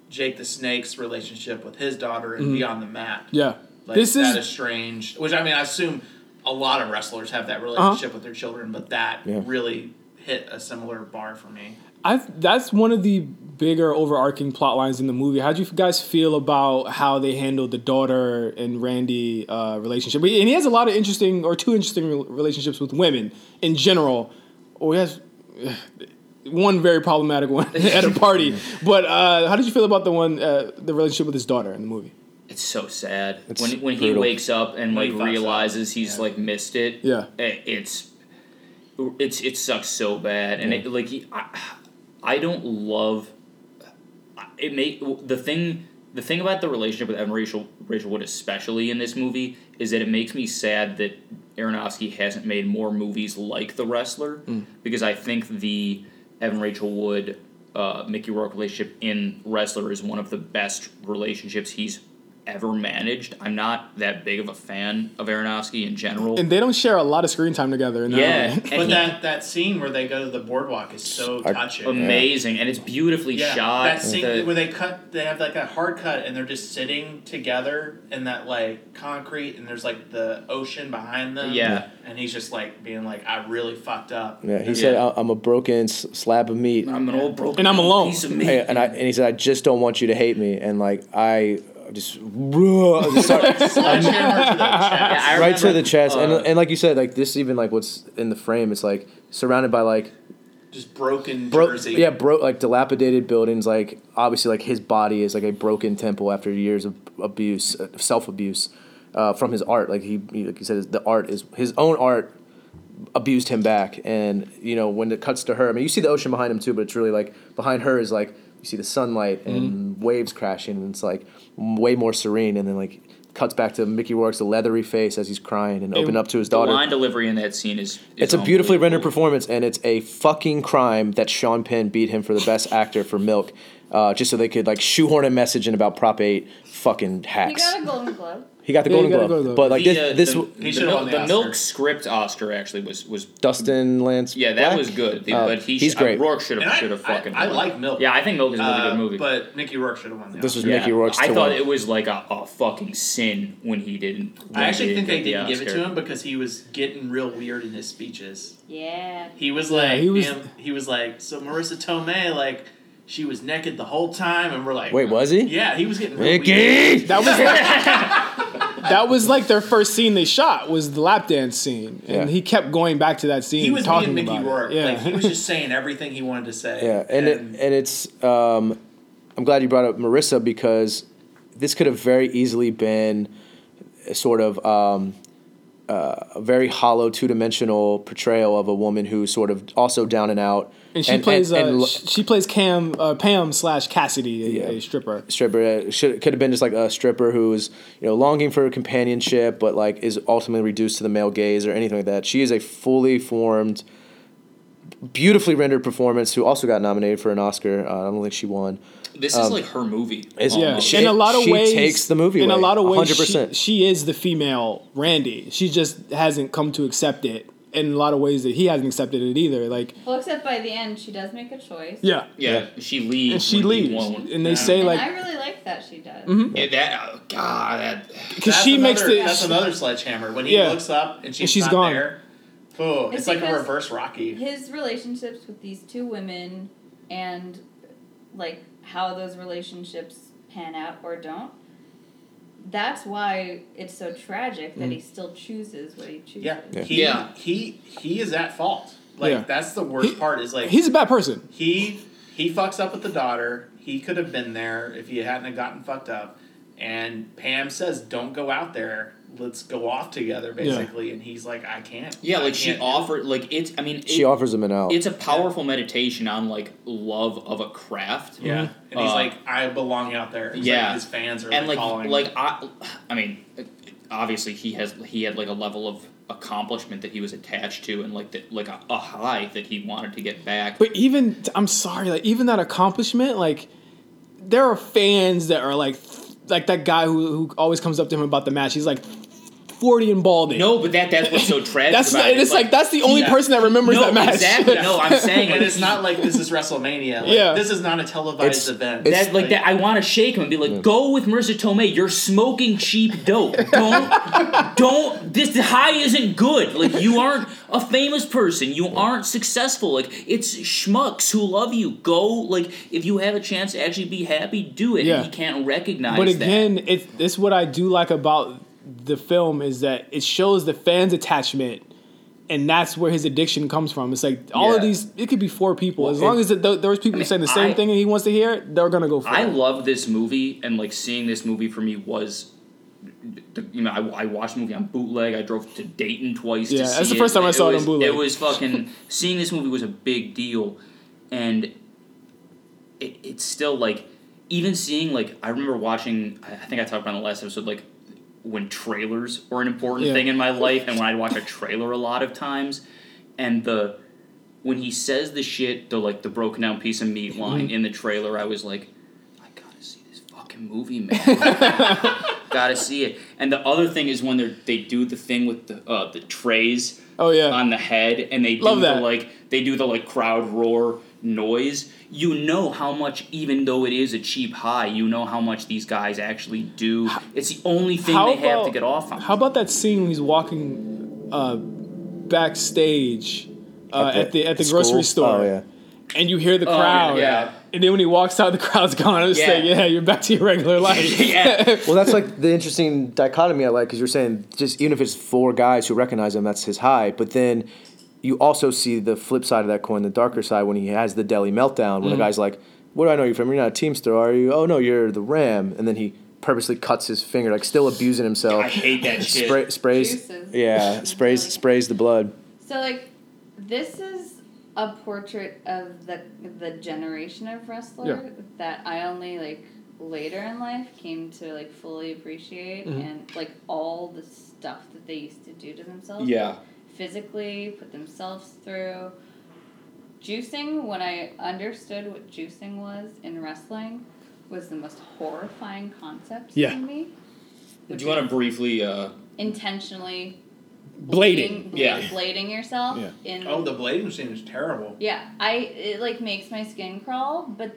Jake the Snake's relationship with his daughter in Beyond the Mat. Mm-hmm. yeah, like, this that is estranged. Which I mean, I assume a lot of wrestlers have Uh-huh. that relationship with their children, but that really hit a similar bar for me. I that's one of the bigger overarching plot lines in the movie. How do you guys feel about how they handled the daughter and Randy uh, relationship? And he has a lot of interesting or two interesting rel- relationships with women in general. Or he has one very problematic one at a party. but uh, how did you feel about the one uh, the relationship with his daughter in the movie? It's so sad It's when when he brutal. wakes up When and like he fucks up. realizes he's like missed it. Yeah. i- it's it's it sucks so bad, and it, like he, I, I don't love it. Make the thing the thing about the relationship with Evan Rachel Rachel Wood, especially in this movie, is that it makes me sad that Aronofsky hasn't made more movies like The Wrestler because I think the Evan Rachel Wood. Uh, Mickey Rourke relationship in Wrestler is one of the best relationships he's ever managed. I'm not that big of a fan of Aronofsky in general. And they don't share a lot of screen time together. In that yeah, movie. and Um, But he- that, that scene where they go to the boardwalk is so touching. amazing, and it's beautifully Yeah, shot. that scene The- where they cut, they have like a hard cut, and they're just sitting together in that like concrete, and there's like the ocean behind them. Yeah. and he's just like being like, "I really fucked up." Yeah, he Yeah. said, "I- "I'm a broken s- slab of meat," I'm an old broken And I'm alone. piece of meat. Hey, and I and he said, "I just don't want you to hate me," and like I just, I just Sledgehammer started- to the chest. Yeah, I right to remember, the chest, and uh, and like you said, like this even like what's in the frame, it's like surrounded by like just broken bro- jersey. yeah, bro, like dilapidated buildings. Like obviously, like his body is like a broken temple after years of abuse, self abuse, uh, from his art. Like he, he- like he said, the art is his own art abused him back. And you know when it cuts to her, I mean, you see the ocean behind him too, but it's really like behind her is like you see the sunlight and waves crashing, and it's like way more serene. And then like cuts back to Mickey Rourke's leathery face as he's crying and open up to his the daughter. line delivery in that scene is. is It's a beautifully rendered unbelievable. performance, and it's a fucking crime that Sean Penn beat him for the best actor for Milk, uh, just so they could like shoehorn a message in about Prop Eight fucking He hacks. got a golden globe. He got the Yeah, he Golden got a Globe, Golden Globe. but like The, uh, this, this the, w- He the should've Mil- won the the Oscar. milk script Oscar actually was was Oh, Dustin Lance. yeah that Black? was good, Uh, but he he's sh- great. Rourke should And have I- should I- have fucking. I won. like Milk. Yeah, I think Milk is a really Uh, good movie. But Mickey Rourke should have won. The This was Oscar. Yeah. Mickey Rourke's. I to thought win. it was like a, a fucking sin when he didn't. I when actually he think they didn't didn't get the give it Oscar. to him because he was getting real weird in his speeches. Yeah. He was like, he he was- was, he was like, so Marissa Tomei, like, she was naked the whole time, and we're like, Wait, was he? Yeah, he was getting real weird. Mickey. That was like, that was like their first scene they shot was the lap dance scene, and Yeah. he kept going back to that scene. He was talking being Mickey about it. Rourke. Yeah, Like he was just saying everything he wanted to say. Yeah, and it, and it's um, I'm glad you brought up Marissa because this could have very easily been a sort of um, uh, a very hollow, two dimensional portrayal of a woman who's sort of also down and out. and she plays and uh, lo- sh- she plays Cam uh, Pam slash Cassidy, a, a stripper. stripper uh, should could have been just like a stripper who's you know longing for companionship but like is ultimately reduced to the male gaze or anything like that she is a fully formed beautifully rendered performance who also got nominated for an oscar uh, i don't think she won This um, is like her movie. it's- Yeah, almost. She- in a lot of she ways, takes the movie In a away, lot of ways, She, 100%. she is the female Randy. She just hasn't come to accept it. In a lot of ways, that he hasn't accepted it either. Like, Well, except by the end, she does make a choice. yeah, Yeah, she leaves. and she when he leaves, won't. and they say And like, Mm-hmm. I really like that she does. Yeah, that oh, God, that because she makes another, the That's another sledgehammer. When he Yeah. looks up and she's, And she's not gone. there. Oh, it's, It's like a because- reverse Rocky. His relationships with these two women and like how those relationships pan out or don't. That's why it's so tragic that he still chooses what he chooses. Mm. Yeah. Yeah. He, Yeah. he he is at fault. Like Yeah. that's the worst He- part is like he's a bad person. he he fucks up with the daughter. He could have been there if he hadn't have gotten fucked up. And Pam says, "Don't go out there. Let's go off together." Basically, and he's like, "I can't." yeah, I like she can't do it." offered like it's. I mean, it, she offers him an out it's a powerful meditation on like love of a craft. Yeah, and he's Uh, like, "I belong out there." It's like yeah. his fans are and like calling. like I, I mean, obviously he has he had like a level of accomplishment that he was attached to and like that like a, a high that he wanted to get back. But even I'm sorry, like even that accomplishment, like there are fans that are like, like that guy who who always comes up to him about the match. He's like forty and balding. no, but that that's what's so tragic. that's about not, it. it's like, that's the only Yeah. person that remembers no, that match. exactly. No, I'm saying And like, it's not like this is WrestleMania. Like, Yeah. This is not a televised It's- event. it's- that like that I want to shake him and be like, "Go with Marissa Tomei. You're smoking cheap dope. Don't don't this high isn't good. Like you aren't a famous person. You aren't successful. Like it's schmucks who love you. Go like if you have a chance to actually be happy, do it. Yeah. He can't recognize but that. again, it's it's what I do like about the film is that it shows the fans' attachment, and that's where his addiction comes from. It's like all of Yeah. these. It could be four people. as long as th- those people saying the same I- thing and he wants to hear, it, they're gonna go for I it. love this movie, and like seeing this movie for me was, the, you know, I, I watched the movie on bootleg. I drove to Dayton twice. Yeah, to that's see the first time I saw it on was- bootleg. It was fucking seeing this movie was a big deal, and it, it's still like even seeing like I remember watching. I I think I talked about it on the last episode like when trailers were an important Yeah. thing in my life, and when I'd watch a trailer a lot of times, and the when he says the shit, the like the broken down piece of meat Mm-hmm. line in the trailer, I was like, I gotta see this fucking movie, man. gotta see it. And the other thing is when they are they do the thing with the uh, the trays Oh yeah. on the head, and they do Love the that. like they do the like crowd roar noise. You know how much, even though it is a cheap high, you know how much these guys actually do. It's the only thing they have to get off on. How about that scene when he's walking uh, backstage uh, at the at the grocery store, Oh yeah. and you hear the Oh, crowd, yeah. and then when he walks out, the crowd's gone. I just Yeah. say, yeah, you're back to your regular life. yeah, Well, that's like the interesting dichotomy I like because you're saying just even if it's four guys who recognize him, that's his high. But then you also see the flip side of that coin, the darker side when he has the deli meltdown, Mm. when the guy's like, "What do I know you from? You're not a teamster, are you? Oh no, you're the Ram." And then he purposely cuts his finger, like still abusing himself. I hate that shit. Spray, sprays, Juices. yeah, sprays, sprays the blood. So like, this is a portrait of the the generation of wrestler Yeah. that I only like later in life came to like fully appreciate Mm-hmm. and like all the stuff that they used to do to themselves. Yeah. Physically, put themselves through. Juicing, when I understood what juicing was in wrestling, was the most horrifying concept Yeah. to me. Do you want to briefly? uh intentionally Blading. blading, Yeah. blading yourself Yeah. in oh, the blading machine is terrible. yeah i it like makes my skin crawl but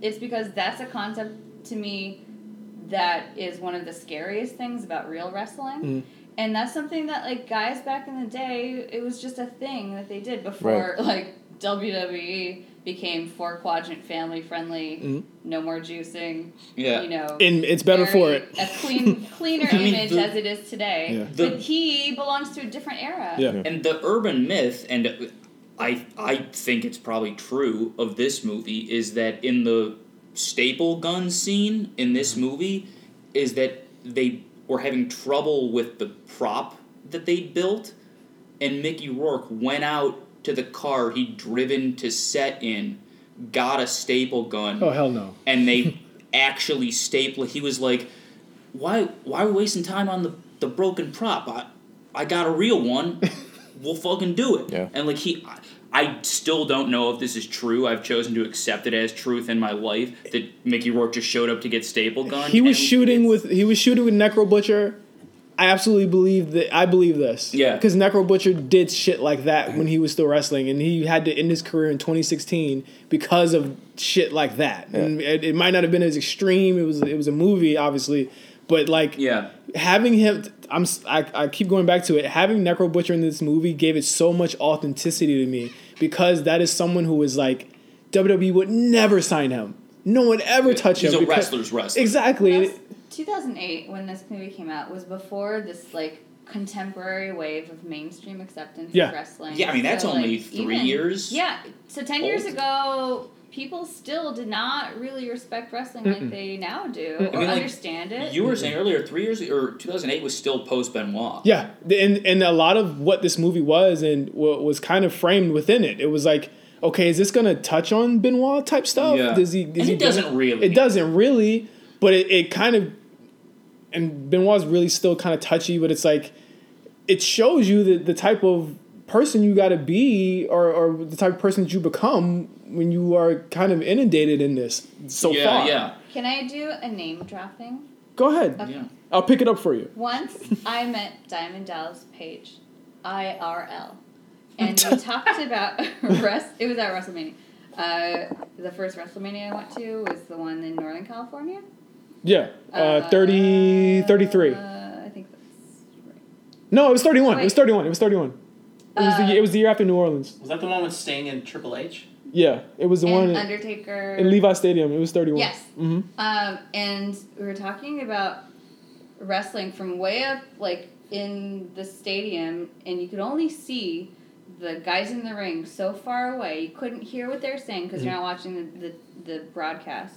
it's because that's a concept to me that is one of the scariest things about real wrestling Mm-hmm. and that's something that like guys back in the day it was just a thing that they did before like wwe became four quadrant family friendly no more juicing Yeah. you know Mm-hmm. And it's better for very- it. A clean, cleaner I mean, image the- as it is today. Yeah. The- but he belongs to a different era. Yeah. And the urban myth, and I I think it's probably true of this movie, is that in the staple gun scene in this movie, is that they were having trouble with the prop that they built, and Mickey Rourke went out to the car he'd driven to set in, got a staple gun Oh hell no. and they actually staple. He was like, "Why? Why are we wasting time on the, the broken prop? I, I got a real one. We'll fucking do it." Yeah. And like he, I, I still don't know if this is true. I've chosen to accept it as truth in my life that Mickey Rourke just showed up to get staple gun. He was and- shooting with he was shooting with Necro Butcher. I absolutely believe that I believe this. Yeah. Because Necro Butcher did shit like that when he was still wrestling, and he had to end his career in 2016 because of shit like that. And it, it might not have been as extreme. It was it was a movie, obviously, but like Yeah. having him I'm s- I, I keep going back to it having Necro Butcher in this movie gave it so much authenticity to me because that is someone who is like WWE would never sign him no one ever touch He's him a because- wrestler's wrestler. exactly That was- 2008, when this movie came out, was before this like contemporary wave of mainstream acceptance Yeah. of wrestling. Yeah, I mean, that's So, only like, three even- years Yeah, so 10 years old. ago, people still did not really respect wrestling like they now do or I mean, like, understand it. You were saying earlier, three years or 2008 was still post Benoit. yeah and and a lot of what this movie was and what was kind of framed within it it was like okay is this gonna touch on Benoit type stuff Yeah. does he And is he it doesn't doing- really. it doesn't really but it, it kind of and Benoit's really still kind of touchy, but it's like it shows you the, the type of person you got to be or, or the type of person that you become when you are kind of inundated in this so yeah, far. yeah, Can I do a name dropping? Go ahead. yeah. I'll pick it up for you. Once I met Diamond Dallas Page, IRL, and we talked about rest. It was at WrestleMania. Uh, the first WrestleMania I went to was the one in Northern California. Yeah. Uh, 30, 33. Uh, I think that's right. No, it was 31. It was Wait. 31. It was 31. It was, the, Uh, it was the year after New Orleans. Was that the one with Sting and Triple H? Yeah. It was the one and in, Undertaker. in Levi Stadium. It was 31. Yes. hmm Um, and we were talking about wrestling from way up, like in the stadium, and you could only see the guys in the ring so far away. You couldn't hear what they're saying because you're not watching the, the, the broadcast.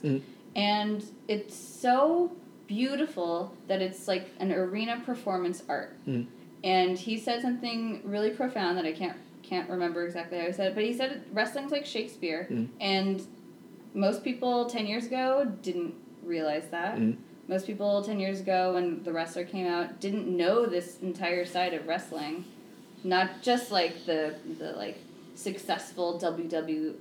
And it's so beautiful that it's like an arena performance art. And he said something really profound that I can't can't remember exactly how he said it, but he said wrestling's like Shakespeare, and most people 10 years ago didn't realize that. Most people 10 years ago, when The Wrestler came out, didn't know this entire side of wrestling. Not just like the, the like successful WWF,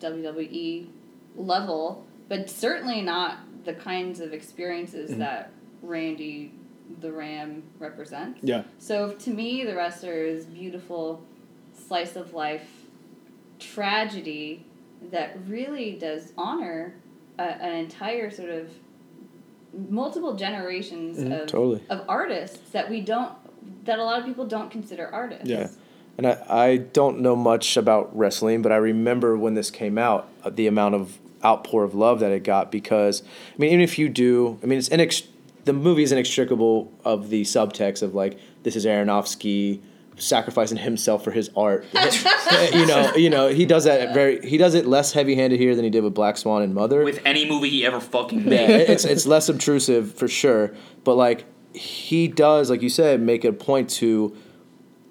WWE E level, but certainly not the kinds of experiences that Randy the Ram represents. Yeah. So to me, The Wrestler is beautiful slice of life tragedy that really does honor a, an entire sort of multiple generations of, totally. of artists that we don't that a lot of people don't consider artists. Yeah. And I, I don't know much about wrestling, but I remember when this came out, uh, the amount of outpour of love that it got because, I mean, even if you do, I mean, it's inex- the movie is inextricable of the subtext of like, this is Aronofsky sacrificing himself for his art. you know, you know, he does that very, he does it less heavy handed here than he did with Black Swan and Mother. With any movie he ever fucking yeah, made. it- it's it's less obtrusive for sure, but like he does, like you said, make a point to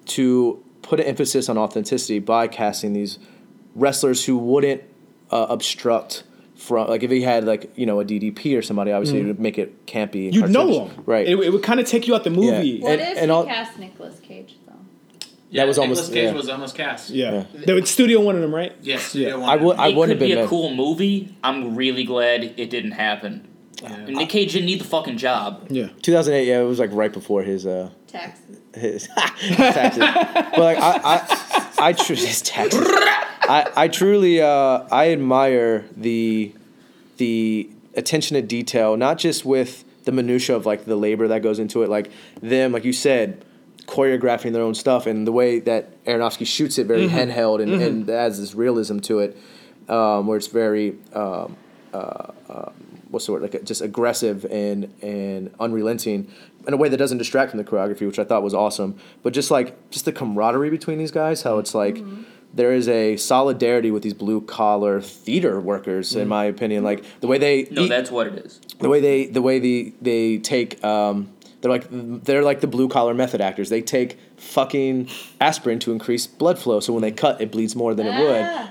to put an emphasis on authenticity by casting these wrestlers who wouldn't uh, obstruct from like if he had like you know a DDP or somebody, obviously it would make it campy. and Mm-hmm. You'd know cartoonish. him. right? It, it would kind of take you out the movie. Yeah. What And- if and you all- cast Nicolas Cage though? Yeah, was almost- Nicolas Cage yeah. was almost cast. Yeah. They would studio one of them, right? Yes. Yeah. Yeah. I would I it wouldn't have been could be a mad. cool movie. I'm really glad it didn't happen. And Nick Cage didn't need the fucking job. Yeah. 2008. Yeah, it was like right before his uh Taxes. his taxes. but like I, I, I tru- his taxes. I, I truly, uh, I admire the, the attention to detail, not just with the minutia of like the labor that goes into it, like them, like you said, choreographing their own stuff and the way that Aronofsky shoots it very handheld and, and adds this realism to it, um, where it's very. Um, uh, what's the word like just aggressive and and unrelenting in a way that doesn't distract from the choreography which i thought was awesome but just like just the camaraderie between these guys how it's like there is a solidarity with these blue collar theater workers in my opinion like the way they No, eat- that's what it is. the way they the way the they take um they're like they're like the blue collar method actors. They take fucking aspirin to increase blood flow, so when they cut, it bleeds more than it Ah.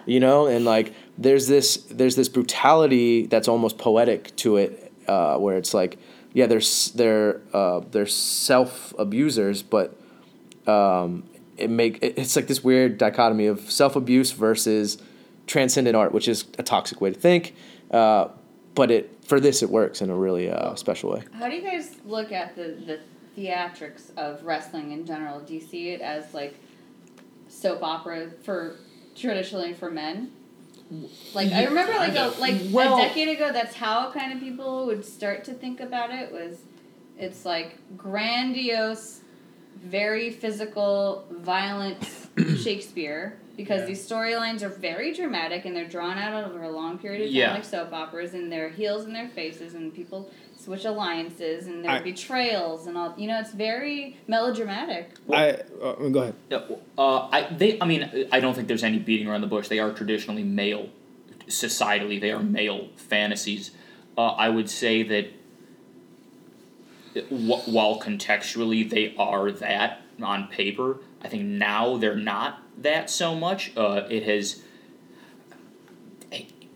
would, you know. And like there's this there's this brutality that's almost poetic to it, uh, where it's like yeah they're s- they're uh, they're self abusers, but um, it make it, it's like this weird dichotomy of self abuse versus transcendent art, which is a toxic way to think. Uh, but it for this it works in a really uh, special way. How do you guys look at the, the theatrics of wrestling in general? Do you see it as like soap opera for traditionally for men? Like I remember like a, like Well- a decade ago that's how kind of people would start to think about it was it's like grandiose, very physical, violent Shakespeare because these storylines are very dramatic and they're drawn out over a long period of time Yeah. like soap operas and their heels in their faces and people switch alliances and I- their betrayals and all you know it's very melodramatic I, uh, go ahead. Yeah, Uh, I they I mean I don't think there's any beating around the bush. They are traditionally male, societally they are male fantasies. Uh, I would say that wh- while contextually they are that on paper, I think now they're not that so much. Uh, it has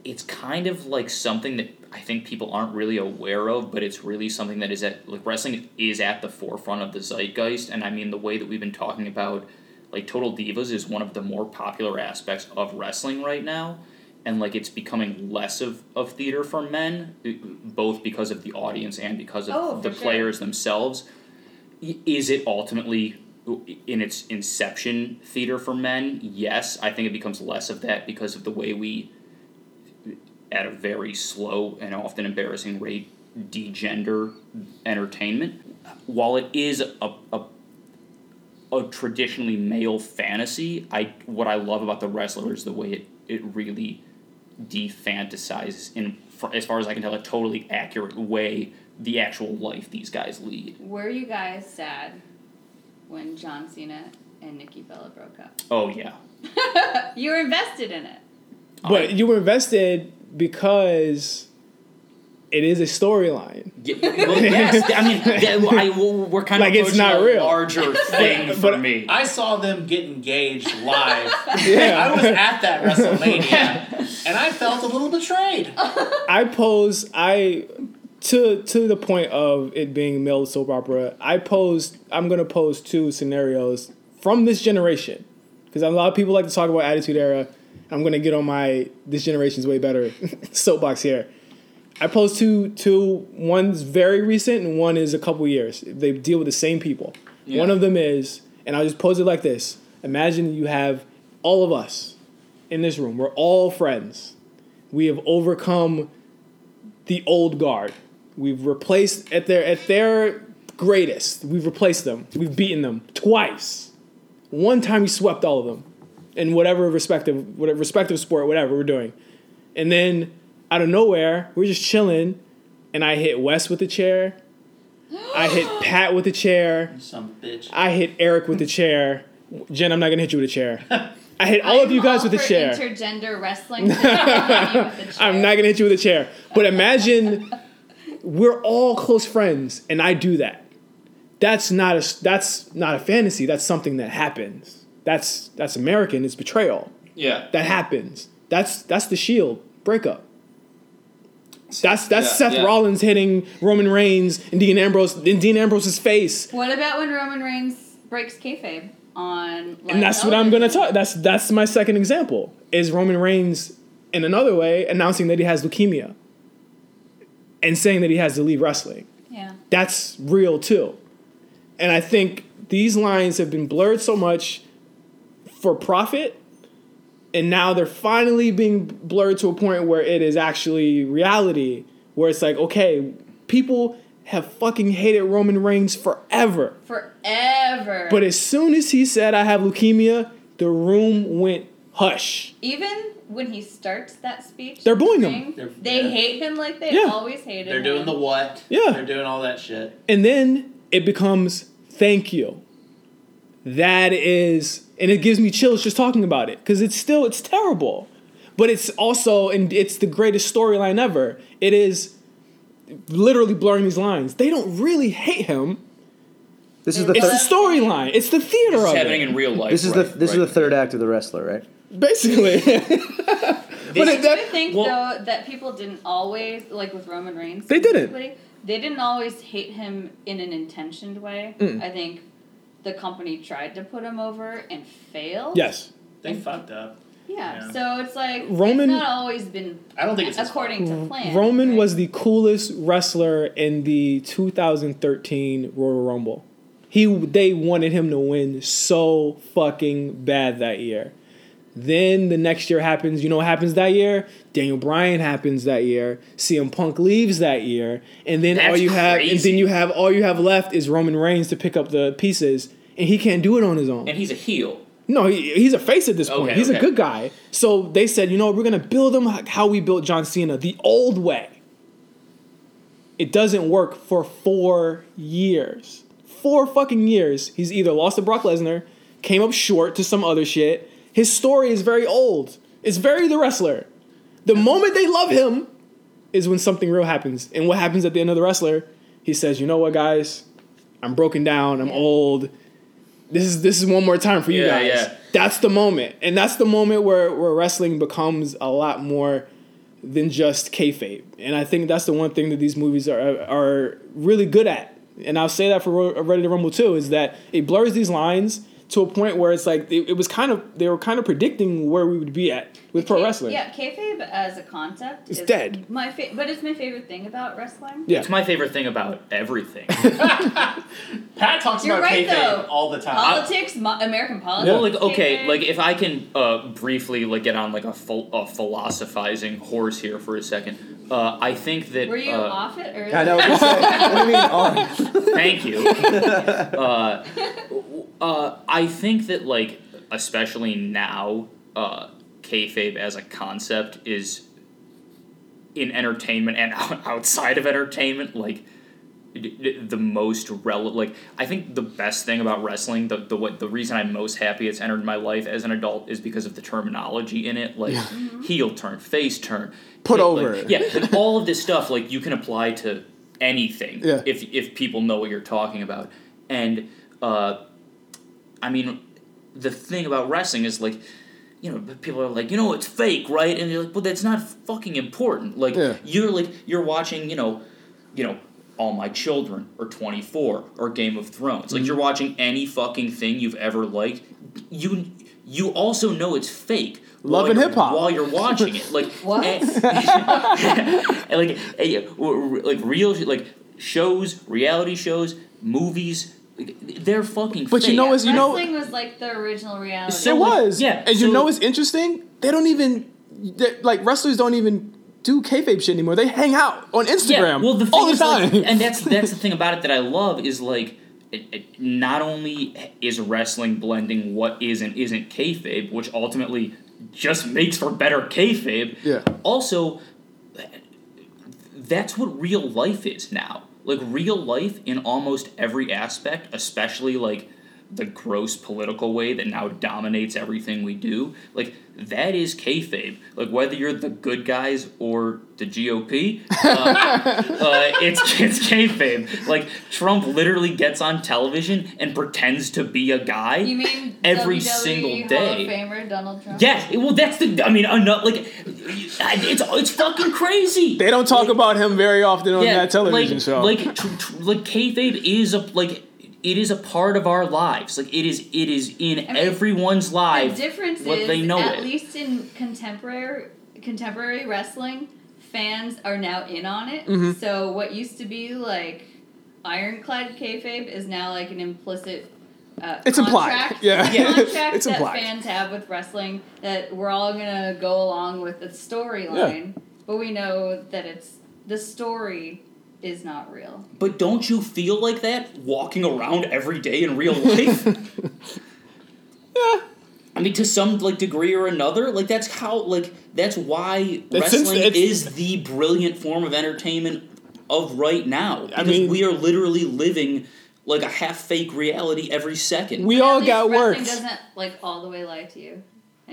it's kind of like something that I think people aren't really aware of, but it's really something that is at like wrestling is at the forefront of the zeitgeist, and I mean the way that we've been talking about like Total Divas is one of the more popular aspects of wrestling right now, and like it's becoming less of, of theater for men, uh, both because of the audience and because of Oh, for the sure. players themselves. I- Is it ultimately uh, in its inception theater for men? Yes, I think it becomes less of that because of the way we at a very slow and often embarrassing rate degender entertainment. While it is a, a a traditionally male fantasy, I what I love about the wrestler is the way it, it really de-fantasizes in fr- as far as I can tell a totally accurate way the actual life these guys lead. Were you guys sad when John Cena and Nikki Bella broke up? Oh yeah. You were invested in it. But you were invested because it is a storyline. Yeah, well, yes, I mean, that- well, I, well, we're kind of Like, it's approaching not a real. larger thing for but me. I saw them get engaged live. I Yeah. was at that WrestleMania, and I felt a little betrayed. I pose I to to the point of it being male soap opera. I pose I'm gonna pose two scenarios from this generation because a lot of people like to talk about Attitude Era. I'm gonna get on my this generation's way better soapbox here. I pose two two one's very recent and one is a couple years. They deal with the same people. One of them is, and I'll just pose it like this: Imagine you have all of us in this room. We're all friends. We have overcome the old guard. We've replaced at their at their greatest. We've replaced them. We've beaten them twice. One time we swept all of them in whatever respective whatever respective sport whatever we're doing. And then out of nowhere, we're just chilling and I hit Wes with the chair. I hit Pat with the chair. Some bitch. I hit Eric with the chair. Jen, I'm not gonna hit you with a chair. I hit all of I'm you guys all with the for chair. Intergender wrestling. Just hit me with the chair. I'm not gonna hit you with a chair. But imagine we're all close friends, and I do that. That's not a that's not a fantasy. That's something that happens. That's that's American. It's betrayal. Yeah. That happens. That's that's the Shield breakup. That's that's Yeah, Seth yeah. Rollins hitting Roman Reigns and Dean Ambrose in Dean Ambrose's face, What about when Roman Reigns breaks kayfabe on? Live and that's what I'm gonna talk. That's that's my second example is Roman Reigns in another way announcing that he has leukemia and saying that he has to leave wrestling. Yeah. that's real too. And I think these lines have been blurred so much for profit, and now they're finally being blurred to a point where it is actually reality, where it's like, okay, people have fucking hated Roman Reigns forever. Forever. But as soon as he said, I have leukemia, the room went hush. even when he starts that speech, They're booing him. thing, They're- they yeah. hate him like they Yeah. always hated. They're doing him. the what? Yeah. They're doing all that shit. And then it becomes thank you. That is, and it gives me chills just talking about it because it's still, it's terrible. But it's also, and it's the greatest storyline ever. It is literally blurring these lines. They don't really hate him. This is the It's third, the storyline. It's the theater It's of happening it, in real life. this is right, the this right. is the third act of the wrestler, right? basically. but it, I do that, think well- though that people didn't always like with Roman Reigns. They didn't. specifically, They didn't always hate him in an intentioned way. Mm. I think the company tried to put him over and failed. yes, They fucked up. Yeah. Yeah. So it's like Roman- Roman it's not always been I don't think it's his according to plan. Roman right? was the coolest wrestler in the 2013 Royal Rumble. He they wanted him to win so fucking bad that year. Then the next year happens. You know what happens that year? Daniel Bryan happens that year. CM Punk leaves that year, and then all That's you have, and crazy. then you have all you have left is Roman Reigns to pick up the pieces, and he can't do it on his own. and he's a heel. No, he, he's a face at this point. Okay, he's a okay. good guy. So they said, you know, we're gonna build him h- how we built John Cena, the old way. It doesn't work for four years. Four fucking years. He's either lost to Brock Lesnar, came up short to some other shit. His story is very old. It's very the wrestler. The moment they love him is when something real happens. And what happens at the end of the wrestler? He says, you know what, guys? I'm broken down. I'm old. This is this is one more time for you Yeah, guys. yeah. That's the moment, and that's the moment where where wrestling becomes a lot more than just kayfabe. And I think that's the one thing that these movies are are really good at. And I'll say that for Ro- Ready to Rumble too is that it blurs these lines to a point where it's like it, it was kind of they were kind of predicting where we would be at with pro K- wrestling. Yeah, kayfabe as a concept It's is dead. My fa- but it's my favorite thing about wrestling. Yeah. It's my favorite thing about everything. Pat talks You're about right, kayfabe though. all the time. Politics, mo- American politics. Well, like okay, kayfabe. like if I can uh, briefly like get on like a, phil- a philosophizing horse here for a second, uh, I think that were you uh, off it or? I know. What, you're saying. what do you mean on? Thank you. uh, uh, I think that like especially now, uh, kayfabe as a concept is in entertainment and out- outside of entertainment like d- d- the most relevant like i think the best thing about wrestling the, the what the reason i'm most happy it's entered my life as an adult is because of the terminology in it like heel turn face turn Put hit, over. like- yeah like, all of this stuff like you can apply to anything Yeah. if if people know what you're talking about and uh i mean the thing about wrestling is like you know people are like you know it's fake right and you're like well that's not fucking important like Yeah. you're like you're watching you know you know all my children or 24 or game of thrones Mm-hmm. like you're watching any fucking thing you've ever liked you you also know it's fake Love while and you're- Hip Hop. while you're watching it like What? and- and like eh, yeah, w- r- like real sh- like shows reality shows movies like, they're fucking But you fake. know it's- you know- wrestling was like the original reality. So- it was. yeah, And you so- know it's interesting? They don't even they- like wrestlers don't even do kayfabe shit anymore. They hang out on Instagram well, the thing all the is, like- time. and that's that's the thing about it that I love is like, it, it, not only is wrestling blending what is and isn't kayfabe, which ultimately just makes for better kayfabe. Yeah. Also, that's what real life is now. Like real life in almost every aspect, especially like the gross political way that now dominates everything we do. Like that is kayfabe. Like whether you're the good guys or the GOP, uh, it's it's kayfabe. Like Trump literally gets on television and pretends to be a guy you mean every WWE single Hall of day. Famer Donald Trump? Yes, well, that's the. I mean, enough. Like, it's it's fucking crazy. they don't talk about him very often on that television like, show. Like, tr- tr- like kayfabe is a like it is a part of our lives. Like it is it is in mean, everyone's The life. difference what is, they know at it. least in contemporary contemporary wrestling, fans are now in on it. Mm-hmm. So what used to be like ironclad kayfabe is now like an implicit. Uh, It's implied. contract- Yeah. Yeah. contract It's that implied. fans have with wrestling that we're all gonna go along with the storyline, but we know that it's the story is not real. but don't you feel like that walking around every day in real life? yeah. I mean, to some like degree or another, like that's how like that's why That's since- wrestling it's- is the brilliant form of entertainment of right now. Because I mean- we are literally living like a half fake reality every second. we At all least got wrestling worked. Doesn't like all the way lie to you.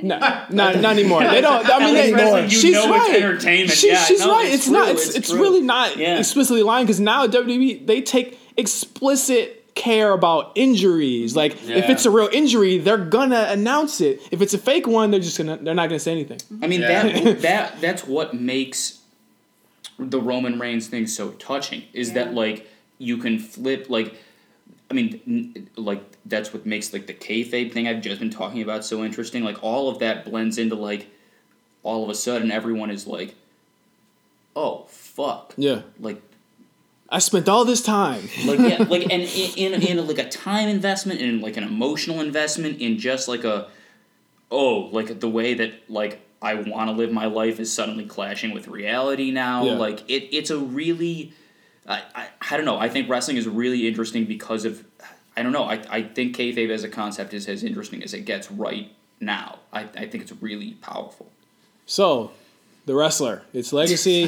No, not, not anymore. They don't. I mean, least they, wrestling, you she's know it's right. entertainment. She- Yeah, she's no, right. it's It's, not. true, It's it's it's, true. really not Yeah. explicitly lying because now WWE they take explicit care about injuries. Like if Yeah. it's a real injury, they're gonna announce it. If it's a fake one, they're just gonna they're not gonna say anything. I mean Yeah. that that that's what makes the Roman Reigns thing so touching is that Yeah. like you can flip like I mean n- like that's what makes like the kayfabe thing I've just been talking about so interesting like all of that blends into like all of a sudden everyone is like oh fuck Yeah, like I spent all this time. like yeah like and in, in in like a time investment and like an emotional investment in just like a oh like the way that like i want to live my life is suddenly clashing with reality now Yeah. like it it's a really I, I i don't know i think wrestling is really interesting because of i don't know i i think kayfabe as a concept is as interesting as it gets right now i i think it's really powerful So, the wrestler, its legacy.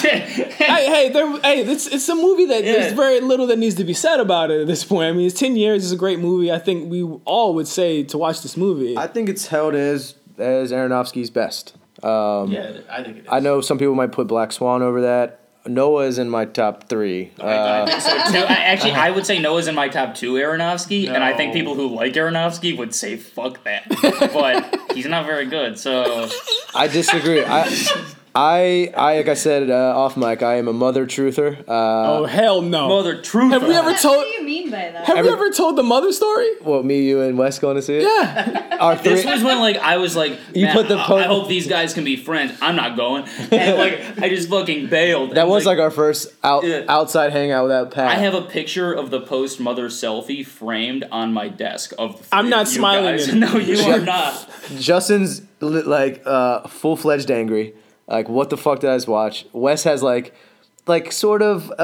hey, hey, there, hey, it's it's a movie that there's Yeah. very little that needs to be said about it at this point. I mean, it's ten years. It's a great movie. I think we all would say to watch this movie. I think it's held as as Aronofsky's best. Um, yeah, I think it is. I know some people might put Black Swan over that. Noah is in my top three. Uh, I, I think so too. I, actually, I would say Noah's in my top two Aronofsky, and I think No. people who like Aronofsky would say fuck that. but he's not very good, so I disagree. I I, I like I said uh, off mic, I am a mother truther. Uh, Oh hell no. Mother truth. Have we ever told? what do you mean by that? Have we ever told the mother story? What me, you, and Wes going to see it? Yeah. Our three, This was when like I was like, You "Man, put the I- po- I hope these guys can be friends. I'm not going. And like I just fucking bailed. that And, was like, our first out, Yeah. outside hangout without Pat. I have a picture of the post mother selfie framed on my desk of. the three I'm not of you smiling guys. at it. No, you are not. Justin's li- like uh, full fledged angry. Like, what the fuck did I just watch? Wes has like, like sort of uh,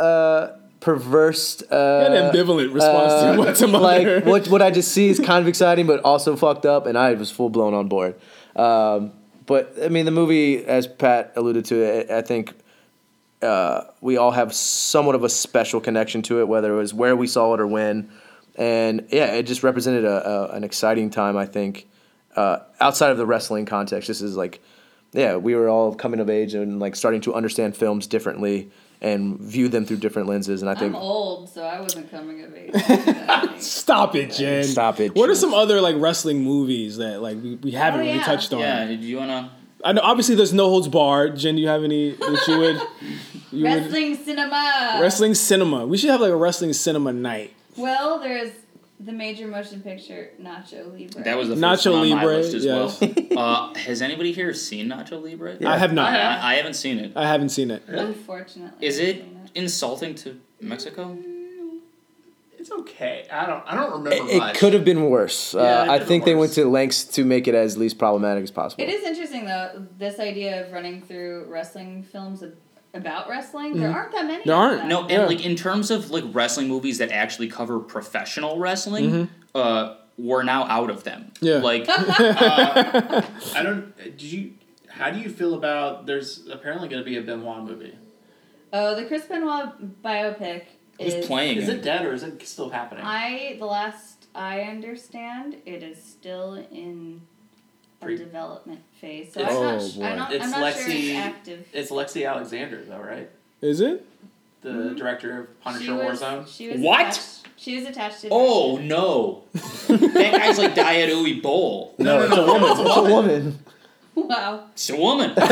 uh, perverse. Uh, An ambivalent response uh, to what's a mother. like what what I just see is kind of exciting, but also fucked up, and I was full blown on board. Um, but I mean, the movie, as Pat alluded to, I, I think uh, we all have somewhat of a special connection to it, whether it was where we saw it or when. And yeah, it just represented a, a, an exciting time, I think, uh, outside of the wrestling context. This is like, yeah, we were all coming of age and like starting to understand films differently and view them through different lenses. And I think I'm old, so I wasn't coming of age. Stop it, Jen. Stop it, What are Jen. some other like wrestling movies that like we, we haven't Oh, really yeah. touched on? Yeah, do you wanna? I know. Obviously, there's no holds barred. Jen, do you have any that you would? You would Wrestling cinema. wrestling cinema. We should have like a wrestling cinema night. Well, there's the major motion picture Nacho Libre. That was the Nacho first one on my Libre, list as well. Uh, has anybody here seen Nacho Libre? I have not. I, I haven't seen it. I haven't seen it. unfortunately. Is it insulting to Mexico? It's okay. I don't. I don't remember it, much. could have been worse. Yeah, uh, it I could've think they been went worse. to lengths to make it as least problematic as possible. It is interesting though this idea of running through wrestling films ab- about wrestling. There aren't that many. Mm-hmm. There of aren't. them. No, and like in terms of like wrestling movies that actually cover professional wrestling, uh, we're now out of them. Mm-hmm. Yeah. Like I don't. Did you? How do you feel about? There's apparently going to be a Benoit movie. Oh, the Chris Benoit biopic who's is playing Is it? it dead or is it still happening? I the last I understand, it is still in a Pre- development phase. So It's- I'm not, Oh, sh- boy. I'm not, It's I'm not sure Lexi- it's active. it's Lexi Alexander, though, right? Is it? The director of Punisher she was, Warzone. She was What? Attached, she was attached to. Oh no, that guy's like Diet Uwe Bowl. no, it's a woman. It's a woman. wow! It's a woman. She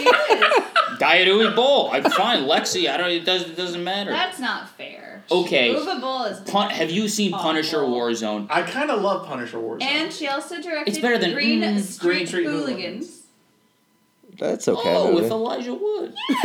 is. Diet Uwe Bowl. I'm fine. Lexi, I don't. It doesn't. It doesn't matter. That's not fair. Okay. Uwe Boll is. Pun- have you seen Awful. Punisher Warzone? I kind of love Punisher Warzone. And she also directed It's better than, Green mm, Street, Green Street Hooligans. That's okay. Oh, with movie. Elijah Wood.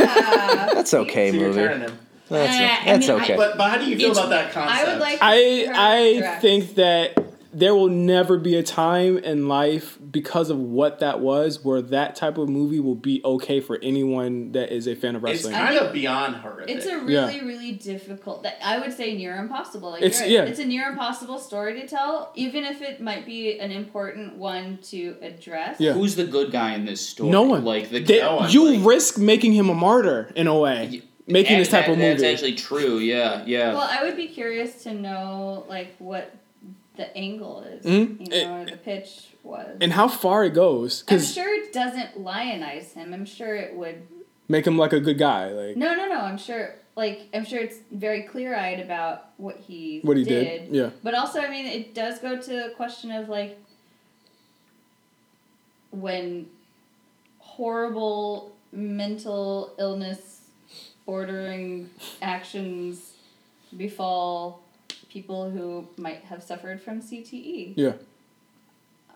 Uh, That's okay so you're movie. turning him. That's, Eh, I that's mean, I- okay. But, but how do you feel It's- about that concept? I would like. I her to I direct. think that there will never be a time in life because of what that was where that type of movie will be okay for anyone that is a fan of It's wrestling. kind of beyond horrific. It's a really, Yeah. really difficult. that- I would say near impossible. Like, It's- you're yeah. right. it's a near impossible story to tell, even if it might be an important one to address. Yeah. Who's the good guy in this story? No one. Like the They- no one. you like, risk making him a martyr in a way, making this that- type of that- movie. That's actually true. Yeah, yeah. Well, I would be curious to know like what the angle is, Mhm. you know, or the pitch was. and how far it goes, I'm because sure it doesn't lionize him. I'm sure it would. make him like a good guy, like No, no, no. I'm sure. Like I'm sure it's very clear eyed about what he what he did. Yeah, But also, I mean, it does go to the question of like when horrible mental illness bordering actions befall people who might have suffered from CTE. yeah.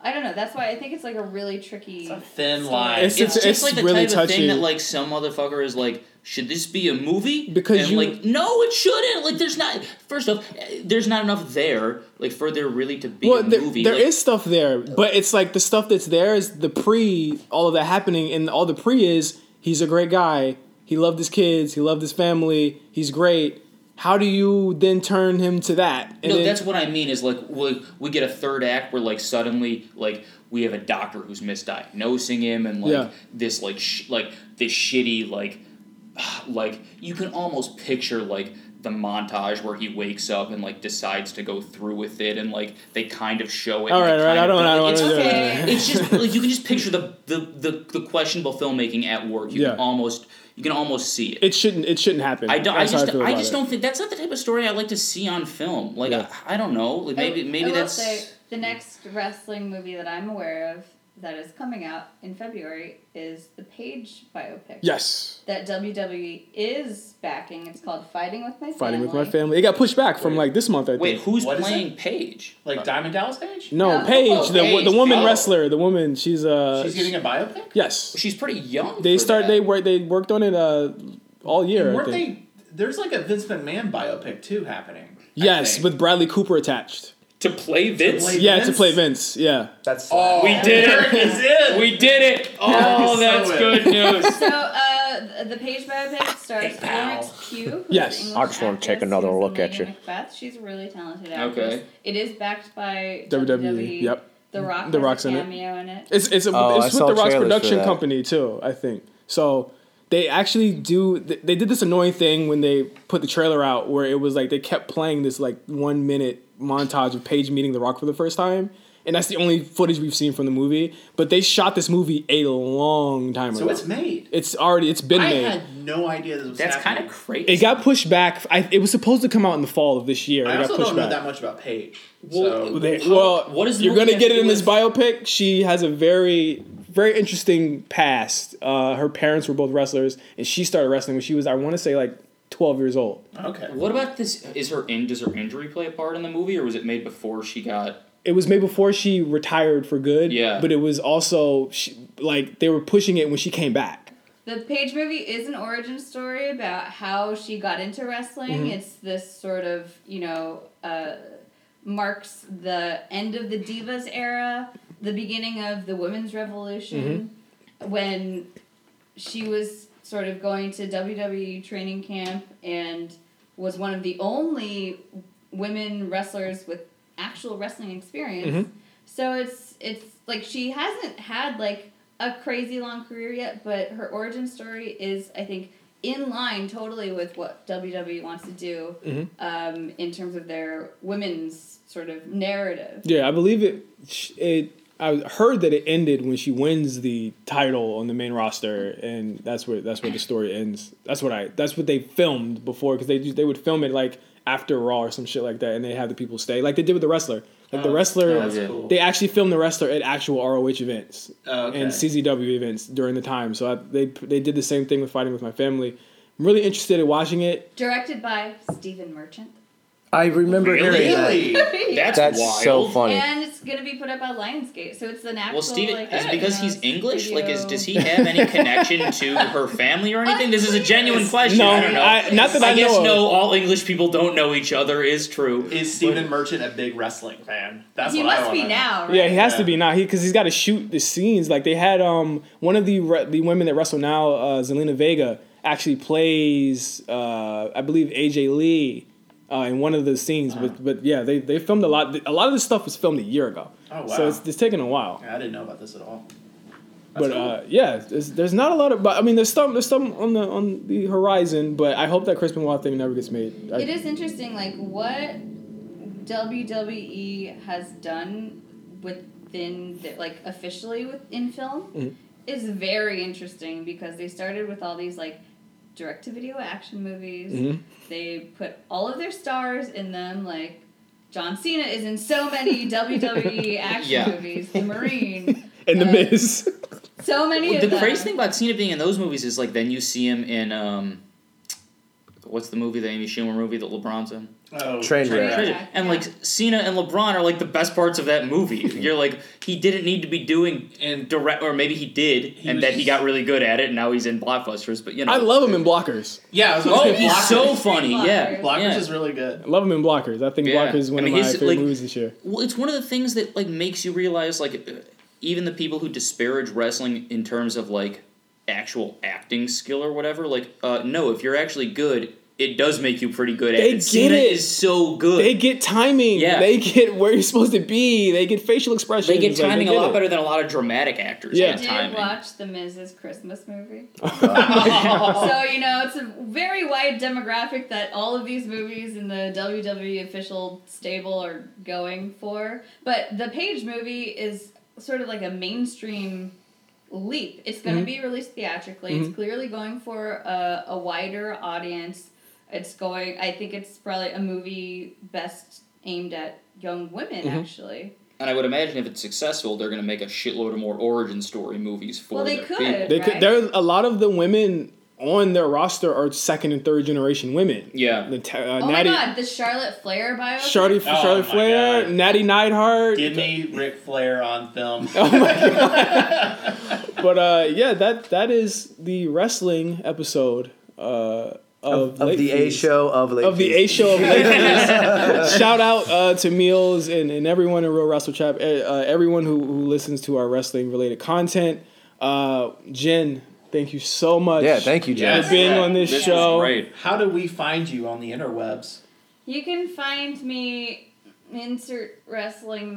I don't know. That's why I think it's like a really tricky. It's a thin line. It's- it's, just like the really type of touchy. thing that like some motherfucker is like, should this be a movie? Because and you- like, no, it shouldn't. Like, there's not. First off, eh, there's not enough there like for there really to be Well, a there, movie. there like, is stuff there, but it's like the stuff that's there is the pre, all of that happening, and all the pre is he's a great guy. He loved his kids. He loved his family. He's great. How do you then turn him to that? And No, then- that's what I mean. Is like we, we get a third act where like suddenly like we have a doctor who's misdiagnosing him and like Yeah. this like sh- like this shitty like like you can almost picture like the montage where he wakes up and like decides to go through with it and like they kind of show it. all right, and all they right. kind I of don't, I don't like, want it's to do okay. that. it's just like you can just picture the the, the, the questionable filmmaking at work. You Yeah. can almost you can almost see it. It shouldn't. It shouldn't happen. I don't. I That's how just. feel I, about just it. don't think that's not the type of story I like to see on film. Like Yeah. I, I don't know. Like maybe I- I maybe will that's. say, the next wrestling movie that I'm aware of that is coming out in February is the Page biopic. Yes. That WWE is backing. It's called Fighting with My Fighting Family. with my family. It got pushed back from like this month, I think. Wait, who's What is playing Paige? Like Diamond Dallas Page? No, No. Paige, the Paige, the woman oh. wrestler, the woman. She's uh. She's giving a biopic? yes. She's pretty young. They for start. that. They work. They worked on it uh all year. I Weren't think. they? There's like a Vince McMahon biopic too happening. I Yes, think. with Bradley Cooper attached. to play Vince. play- Yeah, to Vince? play Vince. Yeah. That's we did Eric it. is in. We did it. Oh, so that's in. good news. So, uh, the Page biopic stars Ow. Florence Pugh. who's Yes. an I English just wanna take actress another who's in look at Lady you. Macbeth. She's a really talented actress. Okay. It is backed by E. WWE, E, yep. The Rock. The has Rock's a in it. cameo in it. It's it's, Oh, I it's with saw the Ross trailers for production that. company too. I think so. They actually do. They they did this annoying thing when they put the trailer out, where it was like they kept playing this like one minute montage of Paige meeting the Rock for the first time, and that's the only footage we've seen from the movie. But they shot this movie a long time So ago. it's made. It's already it's been I made. had no idea this was That's kind happening. of crazy. it got pushed back. I, it was supposed to come out in the fall of this year. It I got also pushed don't know back. that much about Paige. Well, so They- How- well, what does the you're gonna movie have get to it do in this with- biopic. She has a very, very interesting past. Uh, her parents were both wrestlers, and she started wrestling when she was, I want to say, like 12 years old. okay. What about this? Is her in? Does her injury play a part in the movie, or was it made before she got? It was made before she retired for good. Yeah. but it was also she, like they were pushing it when she came back. The Page movie is an origin story about how she got into wrestling. It's this sort of, you know, uh, marks the end of the Divas era, the beginning of the women's revolution, when she was sort of going to WWE training camp and was one of the only women wrestlers with actual wrestling experience. So it's it's like she hasn't had like a crazy long career yet, but her origin story is I think in line totally with what WWE wants to do Mm-hmm. um, in terms of their women's sort of narrative. Yeah, I believe it. sh- It I heard that it ended when she wins the title on the main roster, and that's where that's where the story ends. That's what I that's what they filmed before because they do- they would film it like after Raw or some shit like that, and they have the people stay like they did with the wrestler. Like the wrestler, that's cool. they actually filmed the wrestler at actual ROH events Oh, okay. and CZW events during the time. So I, they they did the same thing with Fighting with My Family. I'm really interested in watching it. Directed by Stephen Merchant. I remember hearing that. Really? That's, That's wild. so funny. And it's gonna be put up by Lionsgate, so it's the natural. Well, Steven, like, is it because he's you know, English? Like, is studio- does he have any connection to her family or anything? This is a genuine question. No, I don't know. I, not that I, I guess know. of. no. All English people don't know each other. Is true. Is Steven Merchant a big wrestling fan? That's He what I must be wanna know. now, right? Yeah, he has Yeah. to be now. He because he's got to shoot the scenes. Like they had um one of the re- the women that wrestle now, uh, Zelina Vega, actually plays uh I believe AJ Lee uh, in one of the scenes. But but yeah, they they filmed a lot. A lot of this stuff was filmed a year ago. Oh, wow. So it's, it's taken a while. I didn't know about this at all. but uh, yeah, there's, there's not a lot of. But I mean, there's some there's some on the on the horizon. But I hope that Crispin Waugh thing never gets made. I, It is interesting, like what WWE has done within, the, like officially within film, Mm-hmm. is very interesting because they started with all these like direct to video action movies. Mm-hmm. They put all of their stars in them, like. John Cena is in so many WWE action Yeah. movies. The Marine, and the uh, Miz. so many Well, of the them. crazy thing about Cena being in those movies is like then you see him in um, what's the movie, the Amy Schumer movie that LeBron's in, Oh, Train wreck. Train Train wreck, wreck. and yeah. like Cena and LeBron are like the best parts of that movie. You're like he didn't need to be doing And direct, or maybe he did, and was that he just- got really good at it, and now he's in blockbusters. But you know, I love him in blockers. yeah, I was gonna Oh, say he's Blockers. so funny. Yeah, Blockers. Blockers yeah. is really good. I love him in blockers. I think Yeah. blockers is one I mean, of my his, favorite like- movies this year. Well, it's one of the things that like makes you realize like uh, even the people who disparage wrestling in terms of like actual acting skill or whatever, like uh, no, if you're actually good, it does make you pretty good at They it. get Cena it. is so good. They get timing. Yeah. They get where you're supposed to be. They get facial expressions. They get Like, timing get a lot it. better than a lot of dramatic actors. Yeah. get Did you timing. watch the Mrs. Christmas movie? so you know it's a very wide demographic that all of these movies in the WWE official stable are going for. But the Page movie is sort of like a mainstream leap. It's going to be released theatrically. It's clearly going for a, a wider audience. It's going. I think it's probably a movie best aimed at young women actually. And I would imagine if it's successful, they're going to make a shitload of more origin story movies for Well, they their could. people. They right? could. There, a lot of the women on their roster are second and third generation women. Yeah. The ta- uh, Oh Natty, my god, the Charlotte Flair bio. Charlotte, Oh Charlotte my Flair, God. Natty Neidhart. Oh Give me Ric Flair on film. But uh, yeah, that that is the wrestling episode uh, of, Of Late the A Fees. show of late. of the Fees. A show of Late Fees. Shout out uh, to Meals and, and everyone in Real Wrestle Trap, eh, uh, everyone who, who listens to our wrestling related content. Uh, Jen, thank you so much. Yeah, thank you, Jen. for being on this, This show. was great. How do we find you on the interwebs? You can find me insert wrestling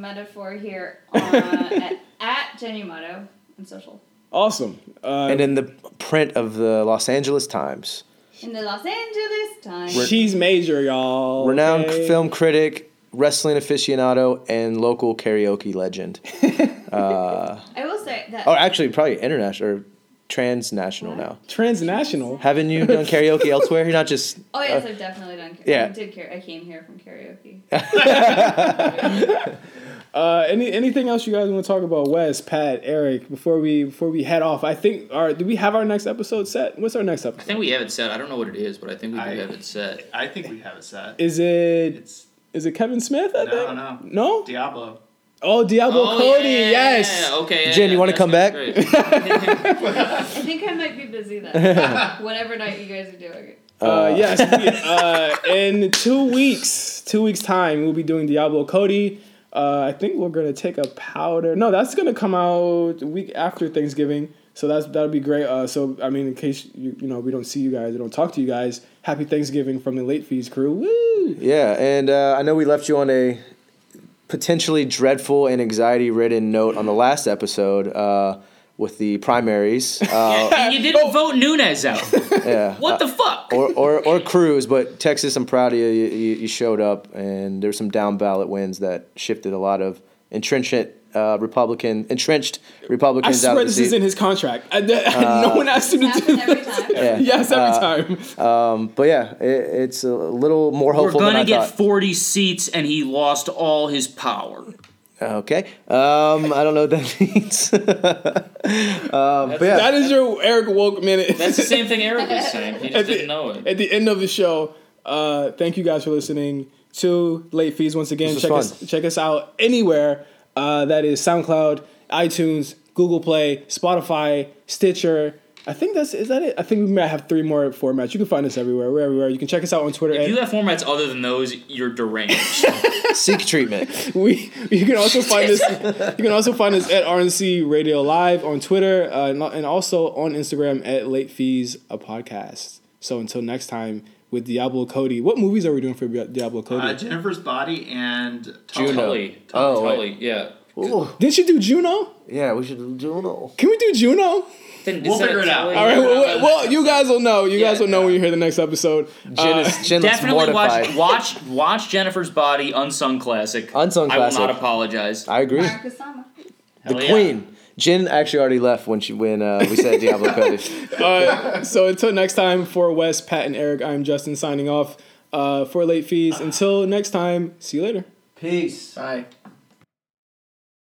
metaphor here on, uh, at, at Jenny Motto on social. Awesome. Uh, And in the print of the Los Angeles Times, In the Los Angeles Times. she's major, y'all. renowned okay? film critic, wrestling aficionado, and local karaoke legend. I will say that Or actually, probably international or transnational now. transnational. Haven't you done karaoke elsewhere? You're not just Oh yes, I've definitely done. Karaoke. uh, yeah. I did. Car- I came here from karaoke. Uh, any anything else you guys want to talk about? Wes, Pat, Eric, before we before we head off, I think. Our, do we have our next episode set? What's our next I episode? think we have it set. I don't know what it is, but I think we do I- have it set. I think we have it set. Is it It's is it Kevin Smith? I No, think no. no. Diablo. Oh, Diablo Cody. yeah, yeah, yes. yeah, Okay. yeah, Jen, you yeah, wanna that come sounds back? great. I think I might be busy then. Whatever night you guys are doing it. Oh. Uh, yes. we- uh, in two weeks, two weeks time, we'll be doing Diablo Cody. Uh, I think we're gonna take a powder. No, that's gonna come out the week after Thanksgiving. So that's that'll be great. Uh, so I mean, in case you you know we don't see you guys, we don't talk to you guys. Happy Thanksgiving from the Late Fees crew. Woo! Yeah, and uh, I know we left you on a potentially dreadful and anxiety ridden note on the last episode uh, with the primaries. Uh, and you didn't vote Nunes out. yeah. Uh, What the fuck? or, or, or Cruz, but Texas, I'm proud of you. You, you you showed up, and there's some down ballot wins that shifted a lot of entrenched uh, Republican, entrenched I Republicans out swear of the seat. this is Uh, in his contract. I, no one asked him to do Happens every this. time. yeah. Yes, every time. But yeah, it, it's a little more We're hopeful than I gonna get thought. 40 seats, and he lost all his power. okay, um, I don't know what that means. That is your Eric Woke minute. That's the same thing Eric was saying. He just didn't know it. at the end of the show. Uh, thank you guys for listening to Late Fees once again. was Check fun. us check us out anywhere. Uh, that is SoundCloud, iTunes, Google Play, Spotify, Stitcher. I think that's is that it. I think we might have three more formats. You can find us everywhere. We're everywhere. You can check us out on Twitter. If and you have formats other than those, you're deranged. Seek treatment. we you can also find us you can also find us at RNC Radio Live on Twitter uh, and al- and also on Instagram at Late Fees a podcast. So until next time with Diablo Cody, what movies are we doing for Diablo Cody? Uh, Jennifer's Body and Juno. Tully. Oh, wait. Tully, yeah. Didn't you do Juno? Yeah, we should do a little. Can we do Juno? Then We'll instead figure of it out. Tully- All right. Well, well, you guys will know. You Yeah, guys will know yeah. when you hear the next episode. Jen Uh, is, Jen looks Definitely watch mortified. watch watch Jennifer's Body unsung classic. Unsung I will not classic. apologize. I agree. Mark Osama. The Hell yeah. queen. Jen actually already left when she when uh, we said Diablo Cody. Uh, so until next time, for Wes, Pat, and Eric, I'm Justin signing off uh, for late fees. Until next time, see you later. Bye.